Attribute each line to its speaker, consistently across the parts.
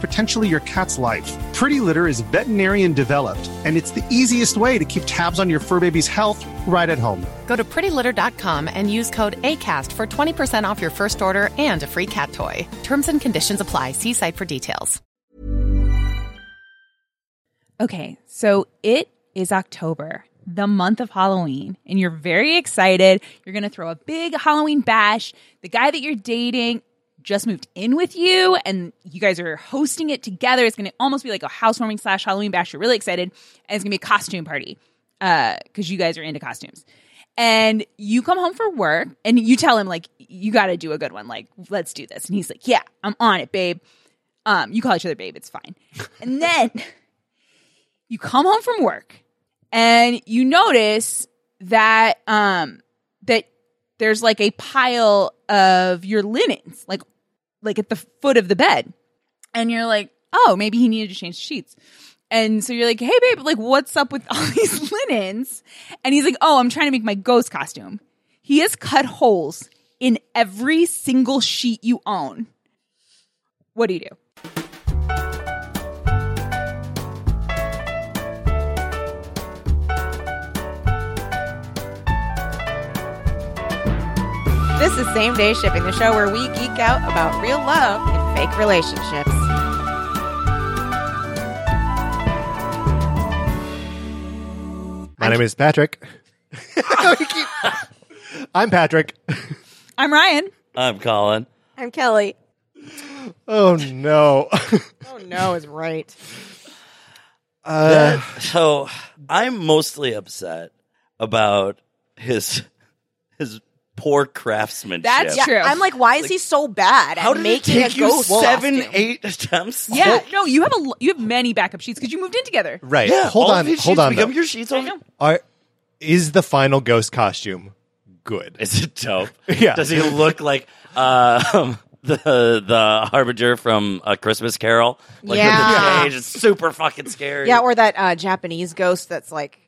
Speaker 1: potentially your cat's life. Pretty Litter is veterinarian developed, and it's the easiest way to keep tabs on your fur baby's health right at home.
Speaker 2: Go to prettylitter.com and use code ACAST for 20% off your first order and a free cat toy. Terms and conditions apply. See site for details.
Speaker 3: Okay, so it is October, the month of Halloween, and you're very excited. You're going to throw a big Halloween bash. The guy that you're dating just moved in with you, and you guys are hosting it together. It's going to almost be like a housewarming slash Halloween bash. You're really excited, and it's going to be a costume party because you guys are into costumes. And you come home for work, and you tell him like you got to do a good one. Like let's do this, and he's like, "Yeah, I'm on it, babe." Um, you call each other babe. It's fine. And then you come home from work, and you notice that um that there's like a pile of your linens, like like at the foot of the bed. And you're like, oh, maybe he needed to change sheets. And so you're like, hey babe, like what's up with all these linens? And he's like, oh, I'm trying to make my ghost costume. He has cut holes in every single sheet you own. What do you do?
Speaker 4: This is Same Day Shipping, the show where we geek out about real love and fake relationships.
Speaker 5: My name is Patrick. We keep- I'm Patrick.
Speaker 3: I'm Ryan.
Speaker 6: I'm Colin.
Speaker 4: I'm Kelly.
Speaker 5: Oh no.
Speaker 4: Oh no, is right.
Speaker 5: Uh,
Speaker 6: So I'm mostly upset about his his poor craftsmanship.
Speaker 3: That's
Speaker 4: Yeah,
Speaker 3: True.
Speaker 4: I'm like, why is he so bad at
Speaker 6: How did it
Speaker 4: making
Speaker 6: take
Speaker 4: a
Speaker 6: you
Speaker 4: ghost
Speaker 6: seven,
Speaker 4: costume?
Speaker 6: eight attempts?
Speaker 3: Yeah, no, you have a l- you have many backup sheets because you moved in together.
Speaker 5: right.
Speaker 6: Yeah,
Speaker 5: hold
Speaker 6: all
Speaker 5: on.
Speaker 6: of his
Speaker 5: Hold
Speaker 6: sheets
Speaker 5: on.
Speaker 6: Become
Speaker 5: Though.
Speaker 6: your sheets
Speaker 3: I
Speaker 6: over.
Speaker 3: know.
Speaker 5: Are, is the final ghost costume good?
Speaker 6: Is it dope?
Speaker 5: Yeah.
Speaker 6: Does he look like uh, the the harbinger from A Christmas Carol? Like with
Speaker 4: Yeah.
Speaker 6: the cage, it's super fucking scary.
Speaker 4: Yeah, or that uh, Japanese ghost that's like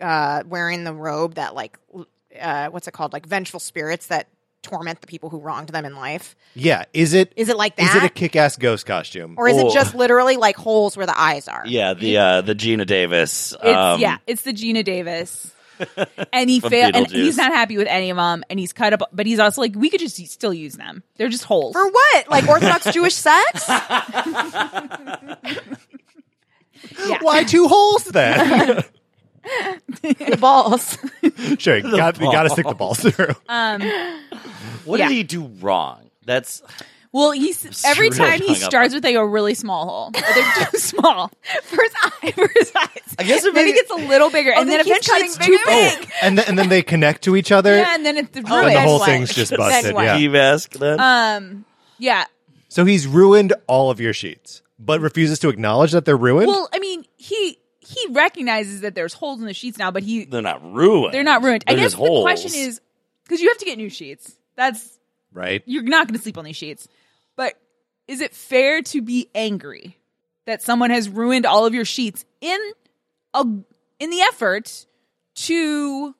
Speaker 4: uh, wearing the robe that like l- uh, what's it called? Like vengeful spirits that torment the people who wronged them in life.
Speaker 5: Yeah. Is it?
Speaker 4: Is it like
Speaker 5: Is it a
Speaker 4: that?
Speaker 5: kick-ass ghost costume?
Speaker 4: Or is it
Speaker 6: Oh.
Speaker 4: just literally like holes where the eyes are?
Speaker 6: yeah, the uh, the Gina Davis.
Speaker 3: It's
Speaker 6: um,
Speaker 3: yeah, it's the Gina Davis. and he
Speaker 6: From
Speaker 3: failed and he's
Speaker 6: Beetlejuice.
Speaker 3: not happy with any of them and he's cut up but he's also like we could just still use them. They're just holes.
Speaker 4: For what? Like Orthodox Jewish sex?
Speaker 3: yeah.
Speaker 5: Why two holes then?
Speaker 4: the balls. Uh,
Speaker 5: sure. You got, you got to stick the balls through.
Speaker 6: What
Speaker 3: Yeah.
Speaker 6: did he do wrong? That's
Speaker 3: Well, he's every
Speaker 6: really
Speaker 3: time he
Speaker 6: hung up
Speaker 3: starts
Speaker 6: on-
Speaker 3: with like a really small hole. Or They're too small. For his eye, for his eyes.
Speaker 6: I guess if
Speaker 3: then he
Speaker 6: it- Oh,
Speaker 3: gets a little bigger and then
Speaker 4: then he's
Speaker 3: eventually it's
Speaker 4: cutting
Speaker 3: too big.
Speaker 5: and then and then they connect to each other.
Speaker 3: Yeah, and then it's ruined.
Speaker 5: Oh, and the
Speaker 4: then
Speaker 5: whole
Speaker 4: what?
Speaker 5: thing's just
Speaker 4: Then
Speaker 5: busted.
Speaker 4: what?
Speaker 5: Yeah.
Speaker 6: he mask then.
Speaker 3: um yeah.
Speaker 5: So he's ruined all of your sheets, but refuses to acknowledge that they're ruined.
Speaker 3: Well, I mean, he he recognizes that there's holes in the sheets now, but he
Speaker 6: They're not ruined.
Speaker 3: they're not ruined. I
Speaker 6: They're
Speaker 3: guess
Speaker 6: just
Speaker 3: the
Speaker 6: holes.
Speaker 3: question is because you have to get new sheets. That's
Speaker 5: right?
Speaker 3: you're not going to sleep on these sheets. But is it fair to be angry that someone has ruined all of your sheets in a in the effort to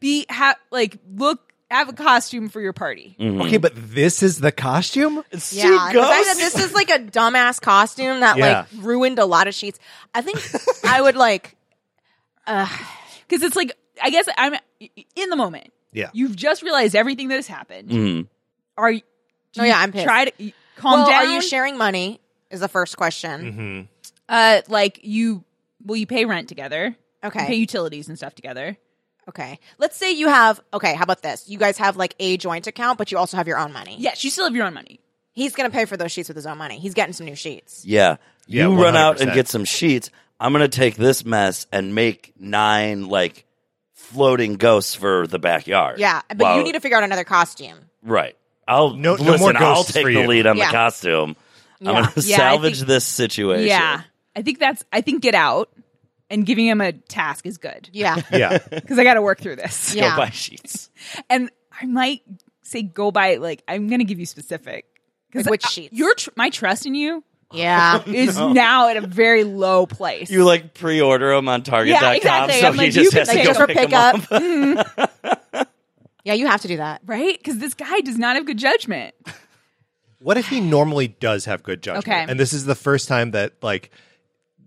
Speaker 3: be ha- like look have a costume for your party?
Speaker 6: Mm.
Speaker 5: Okay, but this is the costume?
Speaker 4: Yeah, the fact that this is like a dumbass costume that
Speaker 5: Yeah.
Speaker 4: like ruined a lot of sheets. I think I would like
Speaker 3: Because it's like I guess I'm in the moment.
Speaker 5: Yeah.
Speaker 3: you've just realized everything that has happened.
Speaker 6: Mhm.
Speaker 3: Are you?
Speaker 4: Oh, yeah, I'm pissed.
Speaker 3: Try to you- calm
Speaker 4: well,
Speaker 3: down.
Speaker 4: Are you sharing money? Is the first question.
Speaker 3: uh, like you? Will you pay rent together?
Speaker 4: Okay.
Speaker 3: pay utilities and stuff together.
Speaker 4: Okay. Let's say you have okay, how about this? You guys have like a joint account, but you also have your own money.
Speaker 3: Yes, you still have your own money.
Speaker 4: He's gonna pay for those sheets with his own money. He's getting some new sheets.
Speaker 6: Yeah.
Speaker 5: Yeah,
Speaker 6: you run out and
Speaker 5: 100%.
Speaker 6: get some sheets. I'm going to take this mess and make nine, like, floating ghosts for the backyard.
Speaker 4: Yeah. But you
Speaker 6: While-
Speaker 4: need to figure out another costume.
Speaker 6: Right. I'll
Speaker 5: No-
Speaker 6: listen,
Speaker 5: no more
Speaker 6: I'll
Speaker 5: ghosts
Speaker 6: take
Speaker 5: for
Speaker 6: the
Speaker 5: you.
Speaker 6: lead on
Speaker 4: Yeah.
Speaker 6: the costume. I'm going to
Speaker 3: Yeah, I
Speaker 6: salvage
Speaker 3: think-
Speaker 6: this situation.
Speaker 3: Yeah, I think that's. I think get out and giving him a task is good
Speaker 4: Yeah.
Speaker 5: Yeah.
Speaker 3: because I got to work through this.
Speaker 6: Go
Speaker 4: yeah.
Speaker 6: buy sheets.
Speaker 3: And I might say go by like I'm going to give you specific because
Speaker 4: Like which sheets?
Speaker 3: Your tr- my trust in you
Speaker 4: yeah.
Speaker 3: is now at a very low place.
Speaker 6: You, like, pre order them on Target.com.
Speaker 3: Yeah, exactly.
Speaker 6: So
Speaker 3: I'm
Speaker 6: he
Speaker 3: like, you
Speaker 6: just
Speaker 3: can
Speaker 6: has
Speaker 3: take
Speaker 6: to go
Speaker 3: them for
Speaker 6: pick 'em
Speaker 4: pickup.
Speaker 6: up.
Speaker 4: Mm-hmm. Yeah, you have to do that.
Speaker 3: right? Because this guy does not have good judgment.
Speaker 5: What if he normally does have good judgment?
Speaker 3: Okay.
Speaker 5: And this is the first time that like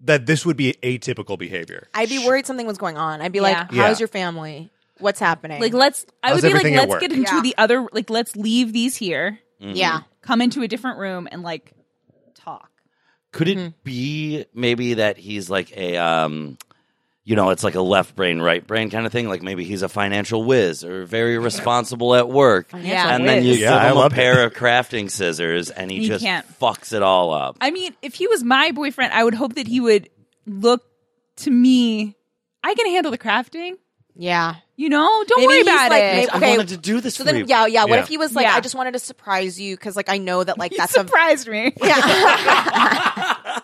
Speaker 5: that this would be atypical behavior.
Speaker 4: I'd be worried something was going on. I'd be like,
Speaker 3: Yeah.
Speaker 4: How's
Speaker 5: Yeah.
Speaker 4: your family? What's happening?
Speaker 3: Like let's. I
Speaker 5: How's
Speaker 3: would be like
Speaker 5: everything at
Speaker 3: let's
Speaker 5: work?
Speaker 3: get into
Speaker 4: Yeah.
Speaker 3: the other. Like let's leave these here.
Speaker 5: Mm-hmm.
Speaker 4: Yeah.
Speaker 3: Come into a different room and like talk.
Speaker 6: Could it be maybe that he's like a um you know, it's like a left brain, right brain kind of thing. Like maybe he's a financial whiz or very responsible at work.
Speaker 3: Yeah.
Speaker 6: and then you
Speaker 3: whiz.
Speaker 6: give
Speaker 5: Yeah, I
Speaker 6: him a
Speaker 5: loved it.
Speaker 6: pair of crafting scissors and he
Speaker 3: He
Speaker 6: just
Speaker 3: can't.
Speaker 6: fucks it all up.
Speaker 3: I mean, if he was my boyfriend, I would hope that he would look to me. I can handle the crafting.
Speaker 4: Yeah.
Speaker 3: You know, don't
Speaker 4: Maybe
Speaker 3: worry
Speaker 4: he's
Speaker 3: about
Speaker 4: like,
Speaker 3: it.
Speaker 4: maybe-
Speaker 6: I
Speaker 4: okay,
Speaker 6: wanted to do this
Speaker 4: So
Speaker 6: for
Speaker 4: then,
Speaker 6: you.
Speaker 4: yeah, yeah. What
Speaker 5: Yeah.
Speaker 4: if he was like,
Speaker 3: Yeah.
Speaker 4: I just wanted to surprise you because, like, I know that, like,
Speaker 3: He
Speaker 4: that's a
Speaker 3: surprised me.
Speaker 4: Yeah.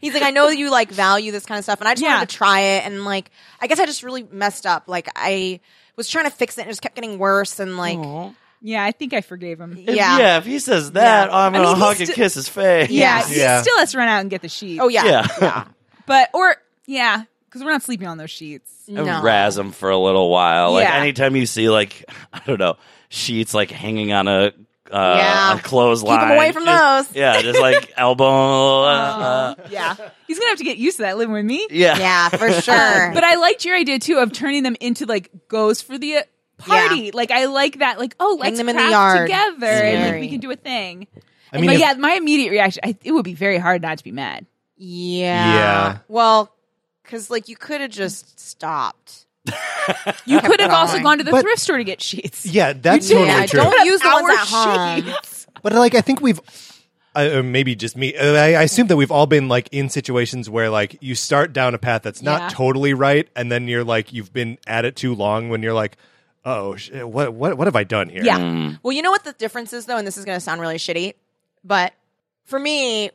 Speaker 4: He's like, I know you like value this kind of stuff, and I just
Speaker 3: Yeah.
Speaker 4: wanted to try it. And like, I guess I just really messed up. Like, I was trying to fix it, and it just kept getting worse. And like,
Speaker 3: Yeah, I think I forgave him.
Speaker 6: If-
Speaker 4: yeah.
Speaker 6: if he says that,
Speaker 3: Yeah.
Speaker 6: I'm
Speaker 3: I
Speaker 6: gonna
Speaker 3: mean, he's
Speaker 6: hug and
Speaker 3: sti-
Speaker 6: kiss his face.
Speaker 3: Yeah,
Speaker 5: Yeah.
Speaker 3: he still has to run out and get the sheet.
Speaker 4: oh yeah,
Speaker 6: Yeah.
Speaker 3: but or yeah, because we're not sleeping on those sheets.
Speaker 6: And
Speaker 4: No.
Speaker 6: razz him for a little while. Like
Speaker 3: Yeah.
Speaker 6: anytime you see like I don't know sheets like hanging on a uh,
Speaker 4: Yeah.
Speaker 6: a clothesline.
Speaker 4: Keep 'em away from
Speaker 6: just-
Speaker 4: those.
Speaker 6: Yeah, just like elbow.
Speaker 4: Uh-huh.
Speaker 6: uh,
Speaker 3: yeah, he's gonna have to get used to that living with me.
Speaker 6: yeah,
Speaker 4: yeah, for sure.
Speaker 3: But I liked your idea too of turning them into like goes for the uh, party. Like I like that. Like oh, let's
Speaker 4: them in the
Speaker 3: craft
Speaker 4: yard.
Speaker 3: together and like,
Speaker 4: Scary.
Speaker 3: we can do a thing.
Speaker 5: I mean
Speaker 3: but
Speaker 5: if-
Speaker 3: yeah, my immediate reaction, I, it would be very hard not to be mad.
Speaker 4: yeah,
Speaker 5: Yeah.
Speaker 4: Well, because like you could have just stopped.
Speaker 3: You could have also
Speaker 4: going.
Speaker 3: gone to the
Speaker 5: But-
Speaker 3: thrift store to get sheets.
Speaker 5: Yeah, that's
Speaker 3: You did.
Speaker 5: totally
Speaker 4: Yeah,
Speaker 5: true.
Speaker 4: don't use the
Speaker 3: Our
Speaker 4: ones at home.
Speaker 3: sheets.
Speaker 5: But like, I think we've, I- or maybe just me. uh, I, I assume that we've all been like in situations where like you start down a path that's not
Speaker 3: Yeah.
Speaker 5: totally right, and then you're like you've been at it too long when you're like, oh, sh- what what what have I done here?
Speaker 3: Yeah.
Speaker 4: Well, you know what the difference is though, and this is going to sound really shitty, but for me,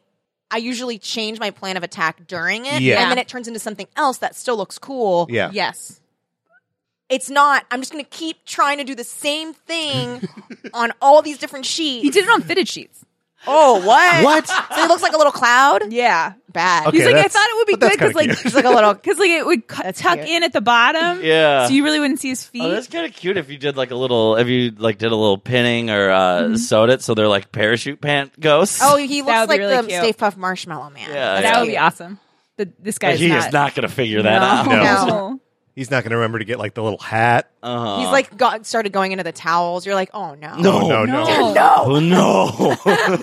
Speaker 4: I usually change my plan of attack during it,
Speaker 5: Yeah.
Speaker 4: and then it turns into something else that still looks cool.
Speaker 5: yeah,
Speaker 3: Yes.
Speaker 4: It's not. I'm just going to keep trying to do the same thing on all these different
Speaker 3: He
Speaker 4: sheets.
Speaker 3: did it on fitted sheets.
Speaker 4: Oh, what?
Speaker 5: What?
Speaker 4: So it looks like a little cloud.
Speaker 3: Yeah.
Speaker 4: Bad.
Speaker 5: Okay.
Speaker 3: He's like, I
Speaker 5: that's-
Speaker 3: thought it would be
Speaker 5: but that's
Speaker 3: good because
Speaker 5: kinda
Speaker 3: like
Speaker 5: cute.
Speaker 3: it's like a little because like it would cu- tuck
Speaker 4: cute.
Speaker 3: in at the bottom.
Speaker 6: Yeah.
Speaker 3: So you really wouldn't see his feet.
Speaker 6: Oh, that's kind of cute if you did like a little, if you like did a little pinning or uh, sewed it so they're like parachute pant ghosts.
Speaker 4: Mm-hmm. Oh, he
Speaker 3: That would
Speaker 4: looks
Speaker 3: be
Speaker 4: like
Speaker 3: really
Speaker 4: the
Speaker 3: cute.
Speaker 4: Stay Puff Marshmallow Man.
Speaker 6: Yeah,
Speaker 3: that
Speaker 6: yeah.
Speaker 3: would be awesome. But this guy
Speaker 6: Like, he
Speaker 3: not.
Speaker 6: is not going to figure that
Speaker 3: no.
Speaker 6: out.
Speaker 4: No.
Speaker 5: he's not going to remember to get like the little hat.
Speaker 6: Uh-huh.
Speaker 4: He's like got started going into the towels. You're like, oh no,
Speaker 6: No.
Speaker 5: oh no, no.
Speaker 3: No.
Speaker 6: Oh no!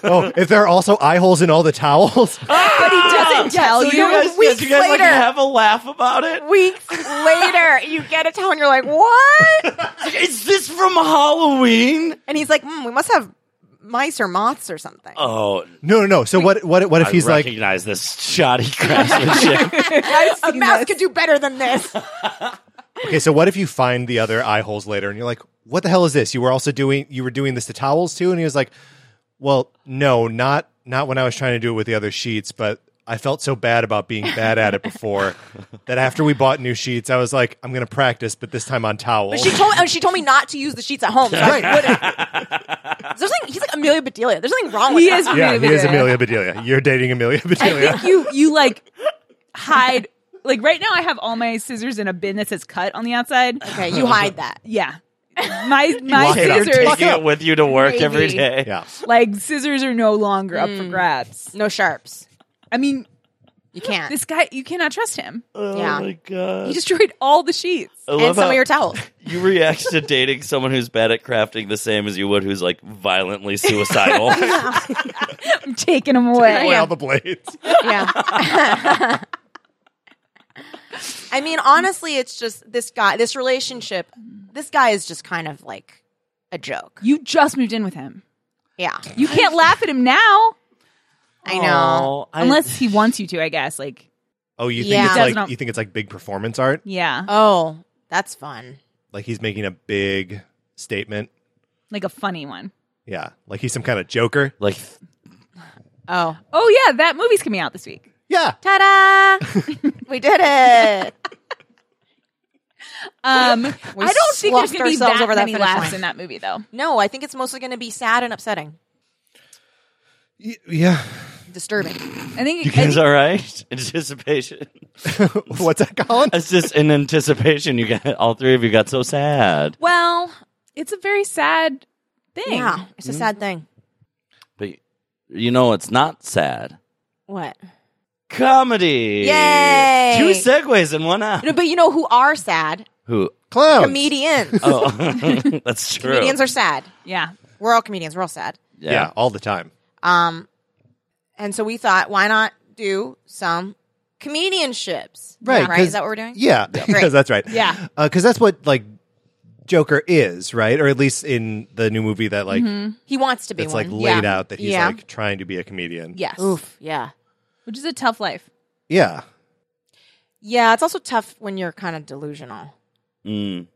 Speaker 5: oh, if there are also eye holes in all the towels,
Speaker 3: But he doesn't tell
Speaker 6: so
Speaker 3: you.
Speaker 6: you guys,
Speaker 4: weeks
Speaker 6: you guys like
Speaker 4: later.
Speaker 6: have a laugh about it?
Speaker 4: Weeks later, you get a towel and you're like, what?
Speaker 6: Is this from Halloween?
Speaker 4: And he's like, mm, we must have mice or moths or something.
Speaker 6: Oh,
Speaker 5: no, no, no. So what? What? What if he's
Speaker 6: I
Speaker 5: like?
Speaker 6: recognize this shoddy craftsmanship.
Speaker 4: a mouse could do better than this.
Speaker 5: Okay, so what if you find the other eye holes later and you're like, what the hell is this? You were also doing you were doing this to towels too? And he was like, Well, no, not not when I was trying to do it with the other sheets, but I felt so bad about being bad at it before that after we bought new sheets, I was like, I'm going to practice, but this time on
Speaker 4: But
Speaker 5: towels.
Speaker 4: she told and she told me not to use the sheets at home. So
Speaker 5: Right.
Speaker 4: I wouldn't. There's nothing. He's like Amelia Bedelia. There's nothing wrong with
Speaker 3: He
Speaker 4: that.
Speaker 3: is
Speaker 5: yeah, he is
Speaker 3: Amelia.
Speaker 5: Amelia Bedelia. You're dating Amelia
Speaker 3: I
Speaker 5: Bedelia.
Speaker 3: think you you like hide like right now I have all my scissors in a bin that says cut on the outside.
Speaker 4: Okay, you hide that.
Speaker 3: Yeah. My my
Speaker 5: lock it up.
Speaker 6: You're
Speaker 3: scissors
Speaker 6: taking it with you to work every
Speaker 4: Crazy.
Speaker 6: day.
Speaker 5: yeah.
Speaker 3: like scissors are no longer up for grabs.
Speaker 4: No sharps.
Speaker 3: I mean,
Speaker 4: You can't.
Speaker 3: this guy you cannot trust him.
Speaker 6: Oh
Speaker 4: Yeah.
Speaker 6: my god!
Speaker 3: He destroyed all the sheets.
Speaker 6: I
Speaker 4: and
Speaker 6: love
Speaker 4: some
Speaker 6: how
Speaker 4: of your towels.
Speaker 6: you react to dating someone who's bad at crafting the same as you would who's like violently suicidal.
Speaker 3: I'm taking him away.
Speaker 5: Oil the blades.
Speaker 4: Yeah. I mean, honestly, it's just this guy, this relationship, this guy is just kind of like a joke.
Speaker 3: You just moved in with him.
Speaker 4: Yeah.
Speaker 3: You can't laugh at him now
Speaker 4: I know.
Speaker 6: Oh, I-
Speaker 3: unless he wants you to, I guess. Like,
Speaker 5: Oh, you think
Speaker 4: Yeah.
Speaker 5: it's
Speaker 3: Doesn't
Speaker 5: like
Speaker 3: it-
Speaker 5: you think it's like big performance art?
Speaker 3: yeah.
Speaker 4: Oh, that's fun.
Speaker 5: Like he's making a big statement.
Speaker 3: Like a funny one.
Speaker 5: Yeah. Like he's some kind of joker.
Speaker 6: like
Speaker 4: Oh.
Speaker 3: Oh yeah, that movie's coming out this week.
Speaker 5: Yeah.
Speaker 4: Ta da! we did it.
Speaker 3: Um,
Speaker 4: We
Speaker 3: I don't think
Speaker 4: sloughed
Speaker 3: there's going to be
Speaker 4: ourselves
Speaker 3: that
Speaker 4: over that
Speaker 3: many
Speaker 4: finish
Speaker 3: laughs
Speaker 4: line.
Speaker 3: in that movie, though.
Speaker 4: No, I think it's mostly going to be sad and upsetting,
Speaker 5: Y- yeah.
Speaker 4: disturbing.
Speaker 3: I think
Speaker 6: you guys are right. Anticipation.
Speaker 5: What's that, Colin?
Speaker 6: It's just in anticipation. You got all three of you got so sad,
Speaker 3: well. It's a very sad thing.
Speaker 4: Yeah, Mm-hmm. it's a sad thing.
Speaker 6: but you know it's not sad.
Speaker 4: What?
Speaker 6: Comedy.
Speaker 4: Yay!
Speaker 6: Two segues in one hour.
Speaker 4: No, but you know who are sad?
Speaker 6: Who?
Speaker 5: Clowns.
Speaker 4: Comedians.
Speaker 6: Oh, that's true.
Speaker 4: Comedians are sad.
Speaker 3: Yeah.
Speaker 4: We're all comedians. We're all sad.
Speaker 5: Yeah.
Speaker 6: yeah.
Speaker 5: all the time.
Speaker 4: Um, and so we thought, why not do some comedianships?
Speaker 5: Right,
Speaker 4: Right.
Speaker 5: 'cause-
Speaker 4: Is that what we're doing?
Speaker 5: Yeah,
Speaker 4: Right.
Speaker 5: because that's right.
Speaker 3: Yeah.
Speaker 5: because that's what like Joker is, right? Or at least in the new movie that like
Speaker 4: He wants to be
Speaker 5: that's
Speaker 4: Mm-hmm. one.
Speaker 5: like laid
Speaker 4: yeah.
Speaker 5: out that he's
Speaker 4: Yeah.
Speaker 5: like trying to be a comedian.
Speaker 3: Yes.
Speaker 4: Oof. Yeah.
Speaker 3: Which is a tough life.
Speaker 5: yeah.
Speaker 4: Yeah. It's also tough when you're kind of delusional.
Speaker 6: Mm.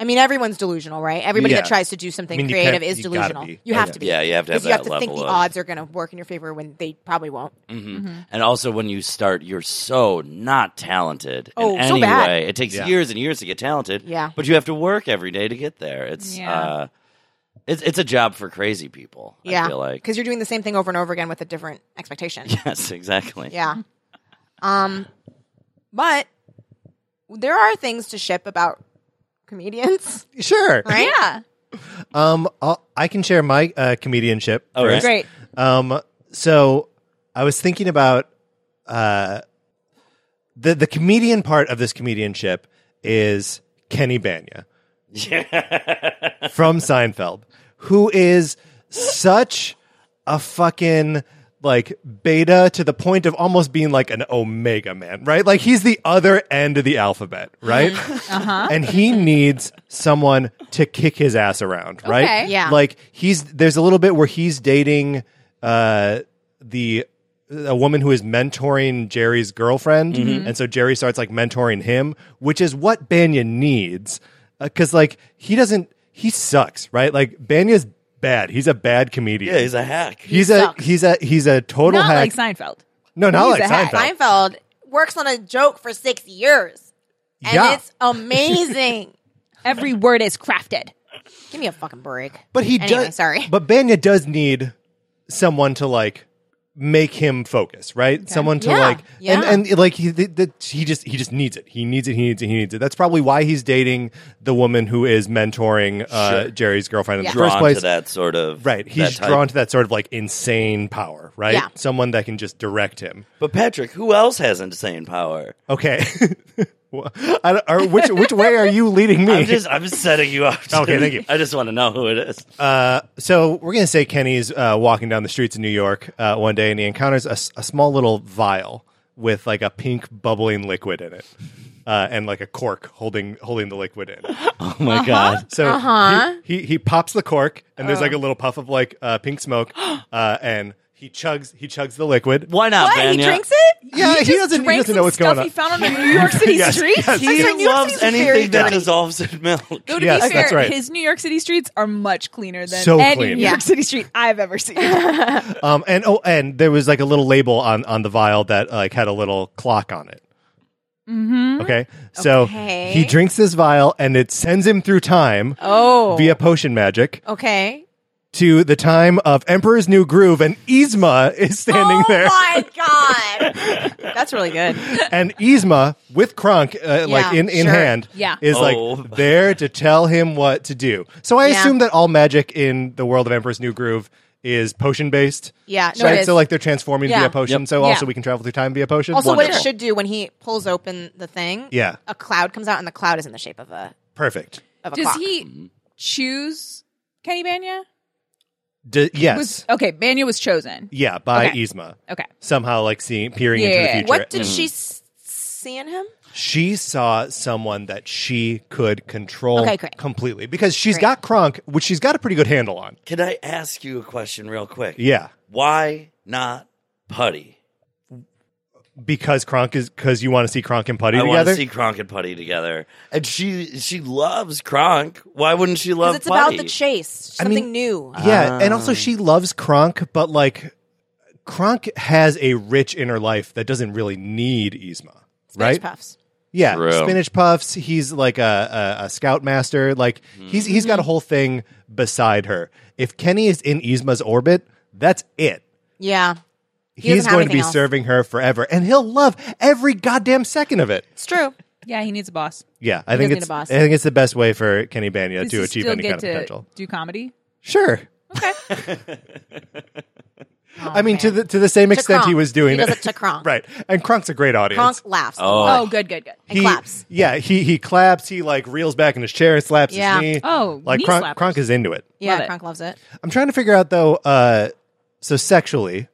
Speaker 4: I mean, everyone's delusional, right? Everybody
Speaker 5: Yeah.
Speaker 4: that tries to do something
Speaker 5: I mean, you
Speaker 4: creative is
Speaker 5: can't- you gotta
Speaker 4: delusional.
Speaker 5: be.
Speaker 4: You
Speaker 5: Oh,
Speaker 4: have
Speaker 5: yeah.
Speaker 4: to be.
Speaker 6: Yeah, you have to have
Speaker 4: 'Cause you have
Speaker 6: that
Speaker 4: to think
Speaker 6: level
Speaker 4: the
Speaker 6: of-
Speaker 4: odds are going to work in your favor when they probably won't.
Speaker 6: Mm-hmm. And also, when you start, you're so not talented
Speaker 4: Oh,
Speaker 6: in
Speaker 4: so
Speaker 6: any
Speaker 4: bad.
Speaker 6: way. It takes
Speaker 5: Yeah.
Speaker 6: years and years to get talented.
Speaker 4: Yeah.
Speaker 6: but you have to work every day to get there. It's
Speaker 3: Yeah.
Speaker 6: uh, it's it's a job for crazy people.
Speaker 4: Yeah,
Speaker 6: I feel like
Speaker 4: because you're doing the same thing over and over again with a different expectation.
Speaker 6: yes, exactly.
Speaker 4: yeah. Um, but there are things to ship about comedians,
Speaker 5: Sure.
Speaker 4: right?
Speaker 3: Yeah.
Speaker 5: Um, I'll, I can share my uh, comedianship.
Speaker 4: Oh,
Speaker 6: All right.
Speaker 5: first.
Speaker 3: Great.
Speaker 5: Um, so I was thinking about uh, the the comedian part of this comedianship is Kenny Banya from Seinfeld, who is such a fucking like beta to the point of almost being like an omega man, right? Like he's the other end of the alphabet, right? Uh-huh. And he needs someone to kick his ass around, right?
Speaker 3: Okay.
Speaker 4: Yeah.
Speaker 5: Like he's there's a little bit where he's dating uh the a woman who is mentoring Jerry's girlfriend,
Speaker 3: Mm-hmm.
Speaker 5: and so Jerry starts like mentoring him, which is what Banyan needs, because like he doesn't, he sucks, right? Like Banya's bad. He's a bad comedian.
Speaker 6: Yeah, he's a hack.
Speaker 5: he's a he's a he's a total
Speaker 3: Not like
Speaker 5: hack.
Speaker 3: Seinfeld.
Speaker 5: no, not
Speaker 3: he's
Speaker 5: like
Speaker 3: a hack.
Speaker 5: Seinfeld.
Speaker 4: Seinfeld works on a joke for six years, and
Speaker 5: Yeah.
Speaker 4: it's amazing.
Speaker 3: Every word is crafted.
Speaker 4: Give me a fucking break.
Speaker 5: But he
Speaker 4: Anyway,
Speaker 5: does.
Speaker 4: sorry.
Speaker 5: But Banya does need someone to like make him focus, right? Someone to
Speaker 4: Yeah,
Speaker 5: like,
Speaker 4: yeah.
Speaker 5: and and like he the, the, he just he just needs it. He needs it. He needs it. He needs it. That's probably why he's dating the woman who is mentoring uh,
Speaker 6: Sure.
Speaker 5: Jerry's girlfriend in the
Speaker 6: drawn
Speaker 5: first place.
Speaker 6: to that sort of
Speaker 5: Right, he's
Speaker 6: that type.
Speaker 5: drawn to that sort of like insane power, right?
Speaker 4: Yeah.
Speaker 5: Someone that can just direct him.
Speaker 6: But Patrick, who else has insane power?
Speaker 5: Okay, Well, I don't- or which which way are you leading me?
Speaker 6: I'm just I'm setting you up. to-
Speaker 5: Okay, thank you. Uh-huh.
Speaker 6: I just want to know who it is.
Speaker 5: so we're gonna say Kenny's uh, walking down the streets of New York uh, one day, and he encounters a, s- a small little vial with like a pink bubbling liquid in it, uh, and like a cork holding holding the liquid in.
Speaker 3: Uh-huh.
Speaker 6: oh my god.
Speaker 5: So he, he he pops the cork, and there's like a little puff of like uh, pink smoke, uh, and He chugs. He chugs the liquid.
Speaker 6: Why not,
Speaker 3: What?
Speaker 6: Vanya?
Speaker 3: He drinks it?
Speaker 5: Yeah, he
Speaker 3: just
Speaker 5: doesn't- he
Speaker 3: drank
Speaker 5: doesn't
Speaker 3: some
Speaker 5: know what's
Speaker 3: stuff
Speaker 5: going on.
Speaker 3: He found on the New York City
Speaker 5: Yes,
Speaker 3: streets.
Speaker 5: yes.
Speaker 3: That's
Speaker 6: He
Speaker 3: right, New York
Speaker 6: loves
Speaker 3: City's very
Speaker 6: anything that
Speaker 3: dirty.
Speaker 6: dissolves in milk.
Speaker 3: Though to
Speaker 5: Yes,
Speaker 3: be fair,
Speaker 5: that's right.
Speaker 3: his New York City streets are much cleaner than
Speaker 5: So
Speaker 3: any
Speaker 5: clean.
Speaker 3: New
Speaker 4: Yeah.
Speaker 3: York City street I've ever seen.
Speaker 5: Um, and oh, and there was like a little label on on the vial that uh, like had a little clock on it. Mm-hmm. Okay, so
Speaker 4: Okay.
Speaker 5: he drinks this vial, and it sends him through time
Speaker 4: Oh.
Speaker 5: via potion magic
Speaker 4: okay.
Speaker 5: to the time of Emperor's New Groove, and Yzma is standing there,
Speaker 4: Oh my god. That's really good.
Speaker 5: and Yzma with Kronk uh, like in in
Speaker 4: sure.
Speaker 5: hand,
Speaker 3: Yeah.
Speaker 5: is
Speaker 6: Oh.
Speaker 5: like there to tell him what to do. So I
Speaker 4: Yeah.
Speaker 5: assume that all magic in the world of Emperor's New Groove is potion based.
Speaker 4: Yeah, no, it
Speaker 5: right.
Speaker 4: is.
Speaker 5: So like they're transforming
Speaker 4: Yeah.
Speaker 5: via potion.
Speaker 6: Yep.
Speaker 5: So also
Speaker 3: Yeah.
Speaker 5: we can travel through time via potion.
Speaker 4: Also, what it
Speaker 6: Wonderful.
Speaker 4: should do when he pulls open the thing,
Speaker 5: Yeah.
Speaker 4: a cloud comes out, and the cloud is in the shape of a
Speaker 5: Perfect.
Speaker 4: of a
Speaker 3: Does
Speaker 4: clock.
Speaker 3: he choose Kenny Banya?
Speaker 5: D- yes.
Speaker 3: Was okay. Banya was chosen.
Speaker 5: yeah, by
Speaker 3: Okay.
Speaker 5: Yzma.
Speaker 3: Okay.
Speaker 5: Somehow like seeing peering into the
Speaker 3: Yeah.
Speaker 5: future.
Speaker 4: What did she s- see in him?
Speaker 5: she saw someone that she could control
Speaker 4: Okay, great.
Speaker 5: completely because she's
Speaker 4: Great.
Speaker 5: got Kronk, which she's got a pretty good handle on.
Speaker 6: Can I ask you a question real quick?
Speaker 5: Yeah.
Speaker 6: Why not putty?
Speaker 5: Because Kronk is because you want to see Kronk and Putty
Speaker 6: I want
Speaker 5: together.
Speaker 6: to see Kronk and Putty together, and she she loves Kronk. Why wouldn't she love?
Speaker 4: Because it's about
Speaker 6: Putty?
Speaker 4: the chase,
Speaker 5: I
Speaker 4: something
Speaker 5: mean-
Speaker 4: new.
Speaker 5: yeah, and also she loves Kronk, but like Kronk has a rich inner life that doesn't really need Yzma.
Speaker 4: Space
Speaker 5: Right?
Speaker 4: puffs.
Speaker 5: Yeah,
Speaker 6: True.
Speaker 5: spinach puffs. He's like a, a, a scoutmaster. Like he's he's got a whole thing beside her. If Kenny is in Yzma's orbit, that's it.
Speaker 4: Yeah, He doesn't
Speaker 5: he's
Speaker 4: have
Speaker 5: going to be
Speaker 4: anything else.
Speaker 5: serving her forever, and he'll love every goddamn second of it.
Speaker 4: it's true.
Speaker 3: Yeah, he needs a boss.
Speaker 5: Yeah, I
Speaker 4: does
Speaker 5: think
Speaker 4: need
Speaker 5: it's
Speaker 4: a boss.
Speaker 5: I think it's the best way for Kenny Banya
Speaker 3: Does
Speaker 5: to
Speaker 3: he
Speaker 5: achieve
Speaker 3: still
Speaker 5: any
Speaker 3: get
Speaker 5: kind of
Speaker 3: to
Speaker 5: potential.
Speaker 3: Do comedy?
Speaker 5: Sure.
Speaker 3: Okay.
Speaker 5: I mean, to the to the same
Speaker 4: To
Speaker 5: extent he
Speaker 4: Kronk.
Speaker 5: was doing
Speaker 4: Oh, He does
Speaker 5: it
Speaker 4: it to Kronk.
Speaker 5: right? And Kronk's a great audience.
Speaker 4: Kronk laughs. Oh,
Speaker 5: Uh,
Speaker 3: oh, good, good, good.
Speaker 4: and claps.
Speaker 5: Yeah, he he claps. He like reels back in his chair and slaps
Speaker 4: Yeah.
Speaker 5: his knee.
Speaker 3: Oh,
Speaker 5: like
Speaker 3: knee
Speaker 5: Kronk,
Speaker 3: slappers.
Speaker 5: Kronk is into it.
Speaker 4: Yeah,
Speaker 3: Love it.
Speaker 4: Kronk loves it.
Speaker 5: I'm trying to figure out though. uh So sexually,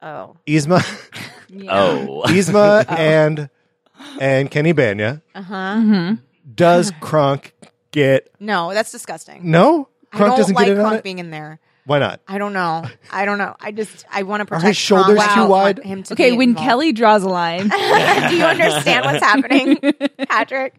Speaker 4: Oh,
Speaker 5: Yzma,
Speaker 6: Oh,
Speaker 5: Yzma and and Kenny Banya. Uh
Speaker 4: Uh-huh.
Speaker 5: huh.
Speaker 3: Mm-hmm.
Speaker 5: Does Kronk get
Speaker 4: no, that's disgusting.
Speaker 5: no?
Speaker 4: I
Speaker 5: Kronk
Speaker 4: don't
Speaker 5: doesn't
Speaker 4: like
Speaker 5: get in on
Speaker 4: Kronk
Speaker 5: it.
Speaker 4: being in there.
Speaker 5: Why not?
Speaker 4: I don't know. I don't know. I just I want to protect.
Speaker 5: his shoulders
Speaker 4: Kronk.
Speaker 5: too
Speaker 4: I don't want
Speaker 5: wide?
Speaker 4: Him to
Speaker 3: Okay,
Speaker 4: be
Speaker 3: when
Speaker 4: involved.
Speaker 3: Kelly draws a line,
Speaker 4: Do you understand what's happening, Patrick?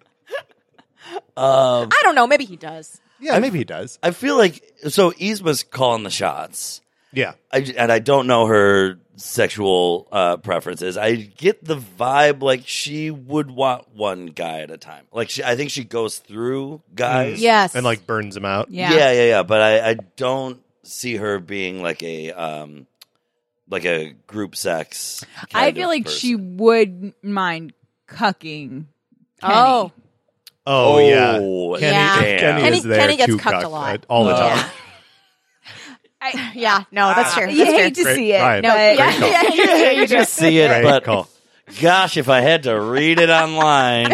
Speaker 6: um,
Speaker 4: I don't know. Maybe he does.
Speaker 5: Yeah, maybe he does.
Speaker 6: I feel like so. Yzma's calling the shots.
Speaker 5: Yeah,
Speaker 6: I, and I don't know her sexual uh, preferences. I get the vibe like she would want one guy at a time. Like she, I think she goes through
Speaker 5: Mm.
Speaker 6: guys.
Speaker 4: Yes.
Speaker 5: and like burns him out.
Speaker 3: yeah,
Speaker 6: yeah, yeah, yeah. But I, I don't see her being like a um, like a group sex.
Speaker 3: I
Speaker 6: kind
Speaker 3: feel
Speaker 6: of
Speaker 3: like
Speaker 6: person.
Speaker 3: she would mind cucking. Kenny.
Speaker 4: oh,
Speaker 5: Oh, yeah,
Speaker 6: Oh,
Speaker 5: Kenny,
Speaker 4: Yeah.
Speaker 5: Kenny,
Speaker 6: damn.
Speaker 5: is
Speaker 4: Kenny-
Speaker 5: there
Speaker 4: Kenny gets
Speaker 5: to
Speaker 4: cucked a
Speaker 5: cuck,
Speaker 4: lot.
Speaker 5: uh, all the
Speaker 6: Yeah.
Speaker 5: time.
Speaker 3: I,
Speaker 4: Ah. yeah. No, that's true. That's
Speaker 3: you hate to
Speaker 4: true.
Speaker 5: Great-
Speaker 3: see it.
Speaker 5: Ryan,
Speaker 3: but-
Speaker 5: great
Speaker 3: yeah,
Speaker 5: call.
Speaker 3: yeah, you do, you do.
Speaker 6: just see it,
Speaker 5: Great
Speaker 6: but
Speaker 5: call.
Speaker 6: gosh, if I had to read it online,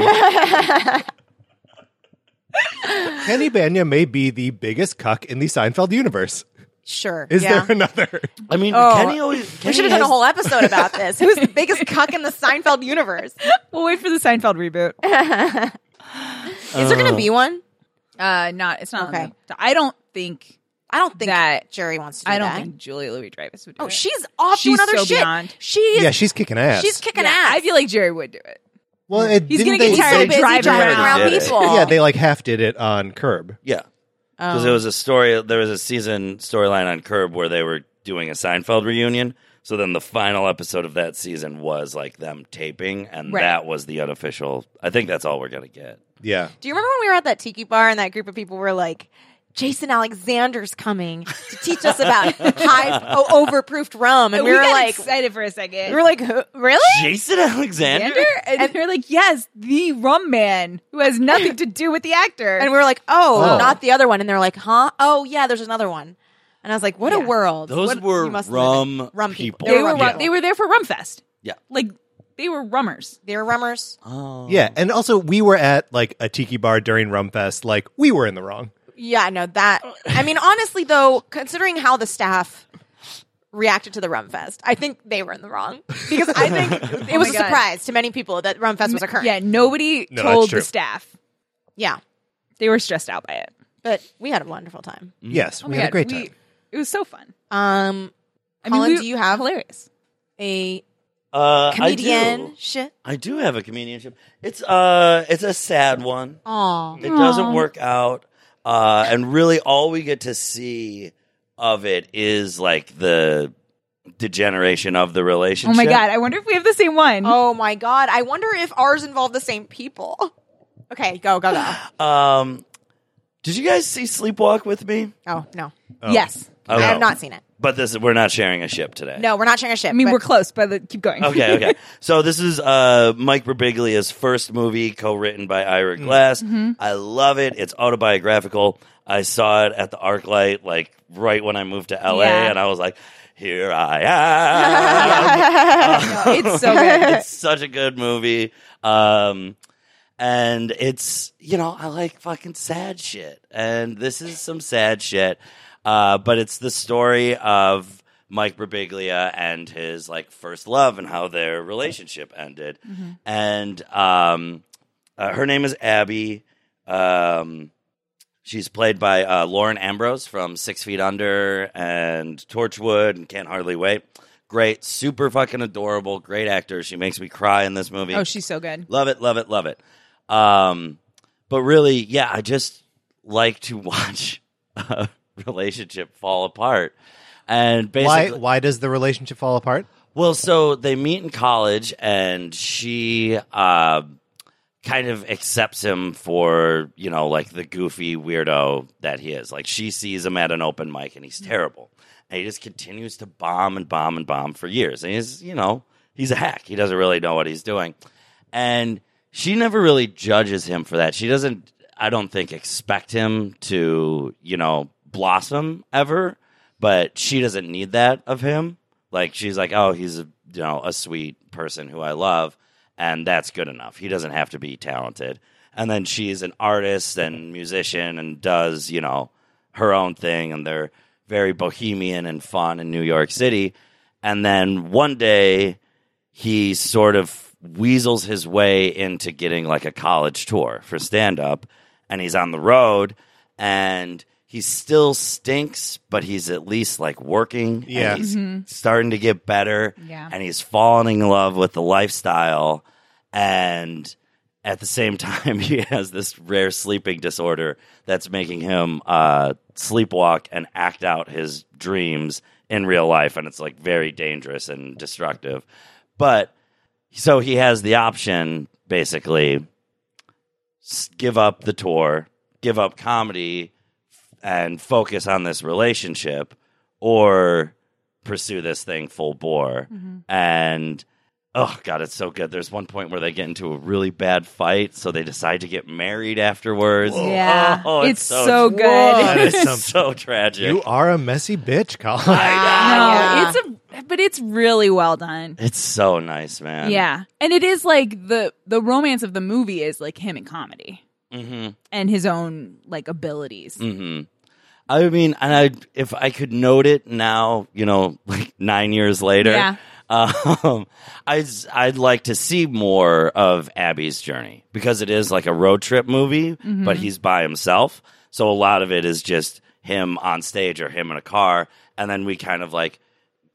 Speaker 5: Kenny Banya may be the biggest cuck in the Seinfeld universe.
Speaker 4: Sure.
Speaker 5: Is
Speaker 4: yeah.
Speaker 5: there another?
Speaker 6: I mean,
Speaker 4: Oh,
Speaker 6: Kenny always.
Speaker 4: we
Speaker 6: Kenny
Speaker 4: should have done a
Speaker 6: has-
Speaker 4: whole episode about this. Who's the biggest cuck in the Seinfeld universe?
Speaker 3: We'll wait for the Seinfeld reboot.
Speaker 4: Is there going to be one?
Speaker 3: Uh, not it's not. on
Speaker 4: Okay.
Speaker 3: the- I don't think.
Speaker 4: I don't think
Speaker 3: That-
Speaker 4: Jerry wants to. Do
Speaker 3: I don't
Speaker 4: that.
Speaker 3: think Julia Louis Dreyfus would. Do
Speaker 4: Oh,
Speaker 3: it.
Speaker 4: she's off
Speaker 3: She's
Speaker 4: to another
Speaker 3: so
Speaker 4: shit.
Speaker 3: beyond.
Speaker 4: She's
Speaker 5: Yeah, she's kicking ass.
Speaker 4: she's kicking
Speaker 3: Yeah,
Speaker 4: ass.
Speaker 3: I feel like Jerry would do it.
Speaker 5: well, it,
Speaker 3: He's gonna
Speaker 5: didn't
Speaker 3: get
Speaker 5: they-
Speaker 3: tired
Speaker 4: so
Speaker 3: of
Speaker 4: busy
Speaker 3: driving
Speaker 4: driving
Speaker 3: around.
Speaker 4: around
Speaker 6: Yeah.
Speaker 4: people.
Speaker 5: Yeah, they like half did it on Curb.
Speaker 6: Yeah. Because there was a story, there was a season storyline on Curb where they were doing a Seinfeld reunion. So then the final episode of that season was like them taping, and
Speaker 3: Right.
Speaker 6: that was the unofficial. I think that's all we're going to get.
Speaker 5: Yeah,
Speaker 4: Do you remember when we were at that tiki bar and that group of people were like, Jason Alexander's coming to teach us about high o- overproofed rum, and we,
Speaker 3: we
Speaker 4: were
Speaker 3: got
Speaker 4: like,
Speaker 3: excited for a second.
Speaker 4: we were like, "Huh? really?
Speaker 6: Jason Alexander?
Speaker 3: Xander? And, they're like, yes, the rum man who has nothing to do with the actor.
Speaker 4: And we were like, oh,
Speaker 5: Oh.
Speaker 4: not the other one. And they're like, huh? Oh yeah, there's another one. And I was like, what a world.
Speaker 6: Those
Speaker 4: What-
Speaker 6: were
Speaker 4: you must live
Speaker 6: rum
Speaker 4: in- rum people.
Speaker 6: people.
Speaker 3: they were
Speaker 4: rum
Speaker 3: rum- they
Speaker 4: people.
Speaker 3: were there for Rumfest.
Speaker 6: Yeah.
Speaker 3: Like they were rummers.
Speaker 4: They were rummers.
Speaker 5: yeah, and also we were at like a tiki bar during Rumfest. Like we were in the wrong.
Speaker 4: Yeah, no, that. I mean, honestly, though, considering how the staff reacted to the Rum Fest, I think they were in the wrong because I think it was a
Speaker 3: God. Mm,
Speaker 4: surprise to many people that Rum Fest was occurring.
Speaker 3: Yeah, nobody
Speaker 5: No, that's
Speaker 3: told
Speaker 5: true.
Speaker 3: the staff.
Speaker 4: yeah,
Speaker 3: They were stressed out by it.
Speaker 5: Mm. Mm-hmm.
Speaker 4: but we had a wonderful time.
Speaker 5: Yes, we had a great
Speaker 3: Oh we-
Speaker 5: time.
Speaker 3: It was so fun.
Speaker 4: Um,
Speaker 3: I
Speaker 4: Colin,
Speaker 3: mean,
Speaker 4: do you have-
Speaker 3: hilarious?
Speaker 4: a
Speaker 6: Uh, I
Speaker 4: comedian
Speaker 6: do.
Speaker 4: shit.
Speaker 6: I do have a comedianship. It's uh, it's a sad one.
Speaker 4: Aw.
Speaker 6: It doesn't work out, uh, and really, all we get to see of it is like the degeneration of the
Speaker 3: Oh
Speaker 6: relationship.
Speaker 3: my god! I wonder if we have the same one.
Speaker 4: Oh my god! I wonder if ours involve the same people. Okay, go go go.
Speaker 6: Um, did you guys see Sleepwalk with me?
Speaker 4: Oh no,
Speaker 3: Yes,
Speaker 4: I
Speaker 6: Okay.
Speaker 4: have not seen it.
Speaker 6: But this we're not sharing a ship today.
Speaker 4: No, we're not sharing a ship.
Speaker 3: I mean
Speaker 4: but
Speaker 3: we're close, but let- keep going.
Speaker 6: Okay, okay. So this is uh, Mike Birbiglia's first movie, co-written by Ira Glass. I love it. It's autobiographical. I saw it at the ArcLight, like right when I moved to LA,
Speaker 3: Yeah.
Speaker 6: and I was like, "Here I am."
Speaker 3: it's so good.
Speaker 6: it's such a good movie. Um, and it's, you know, I like fucking sad shit. And this is some sad shit. Uh, but it's the story of Mike Birbiglia and his like first love and how their relationship ended. And um, uh, her name is Abby. Um, she's played by uh, Lauren Ambrose from Six Feet Under and Torchwood and Can't Hardly Wait. Great, super fucking adorable, great actor. She makes me cry in this movie.
Speaker 3: Oh, she's so good.
Speaker 6: Love it, love it, love it. Um, but really, yeah, I just like to watch a relationship fall apart. And
Speaker 5: Why?
Speaker 6: basically,
Speaker 5: Why does the relationship fall apart?
Speaker 6: well, so they meet in college, and she uh, kind of accepts him for you know like the goofy weirdo that he is. Like she sees him at an open mic, and he's terrible, and he just continues to bomb and bomb and bomb for years. And he's you know he's a hack. He doesn't really know what he's doing, and she never really judges him for that. She doesn't. I don't think expect him to you know blossom ever, but she doesn't need that of him. Like she's like, oh, he's a, you know a sweet person who I love, and that's good enough. He doesn't have to be talented. And then she's an artist and musician and does you know her own thing, and they're very bohemian and fun in New York City. And then one day he sort of weasels his way into getting like a college tour for stand up and he's on the road and he still stinks but he's at least like working and
Speaker 5: Yeah.
Speaker 6: he's starting to get better
Speaker 3: Yeah.
Speaker 6: and he's falling in love with the lifestyle and at the same time he has this rare sleeping disorder that's making him uh, sleepwalk and act out his dreams in real life and it's like very dangerous and destructive but so he has the option basically s- give up the tour give up comedy and focus on this relationship or pursue this thing full bore
Speaker 3: Mm-hmm.
Speaker 6: and oh god it's so good there's one point where they get into a really bad fight so they decide to get married afterwards
Speaker 3: Yeah,
Speaker 6: Oh,
Speaker 3: it's, so good.
Speaker 5: That is
Speaker 6: it's
Speaker 5: something.
Speaker 6: so tragic
Speaker 5: You are a messy bitch, Colin.
Speaker 3: No, it's a, but it's really well done.
Speaker 6: it's so nice man
Speaker 3: yeah, and it is like the the romance of the movie is like him in comedy
Speaker 6: mm-hmm
Speaker 3: and his own like abilities.
Speaker 6: hmm I mean, and I if I could note it now, you know, like nine years later,
Speaker 3: Yeah.
Speaker 6: um, I'd I'd like to see more of Abby's journey because it is like a road trip movie, but he's by himself, so a lot of it is just him on stage or him in a car, and then we kind of like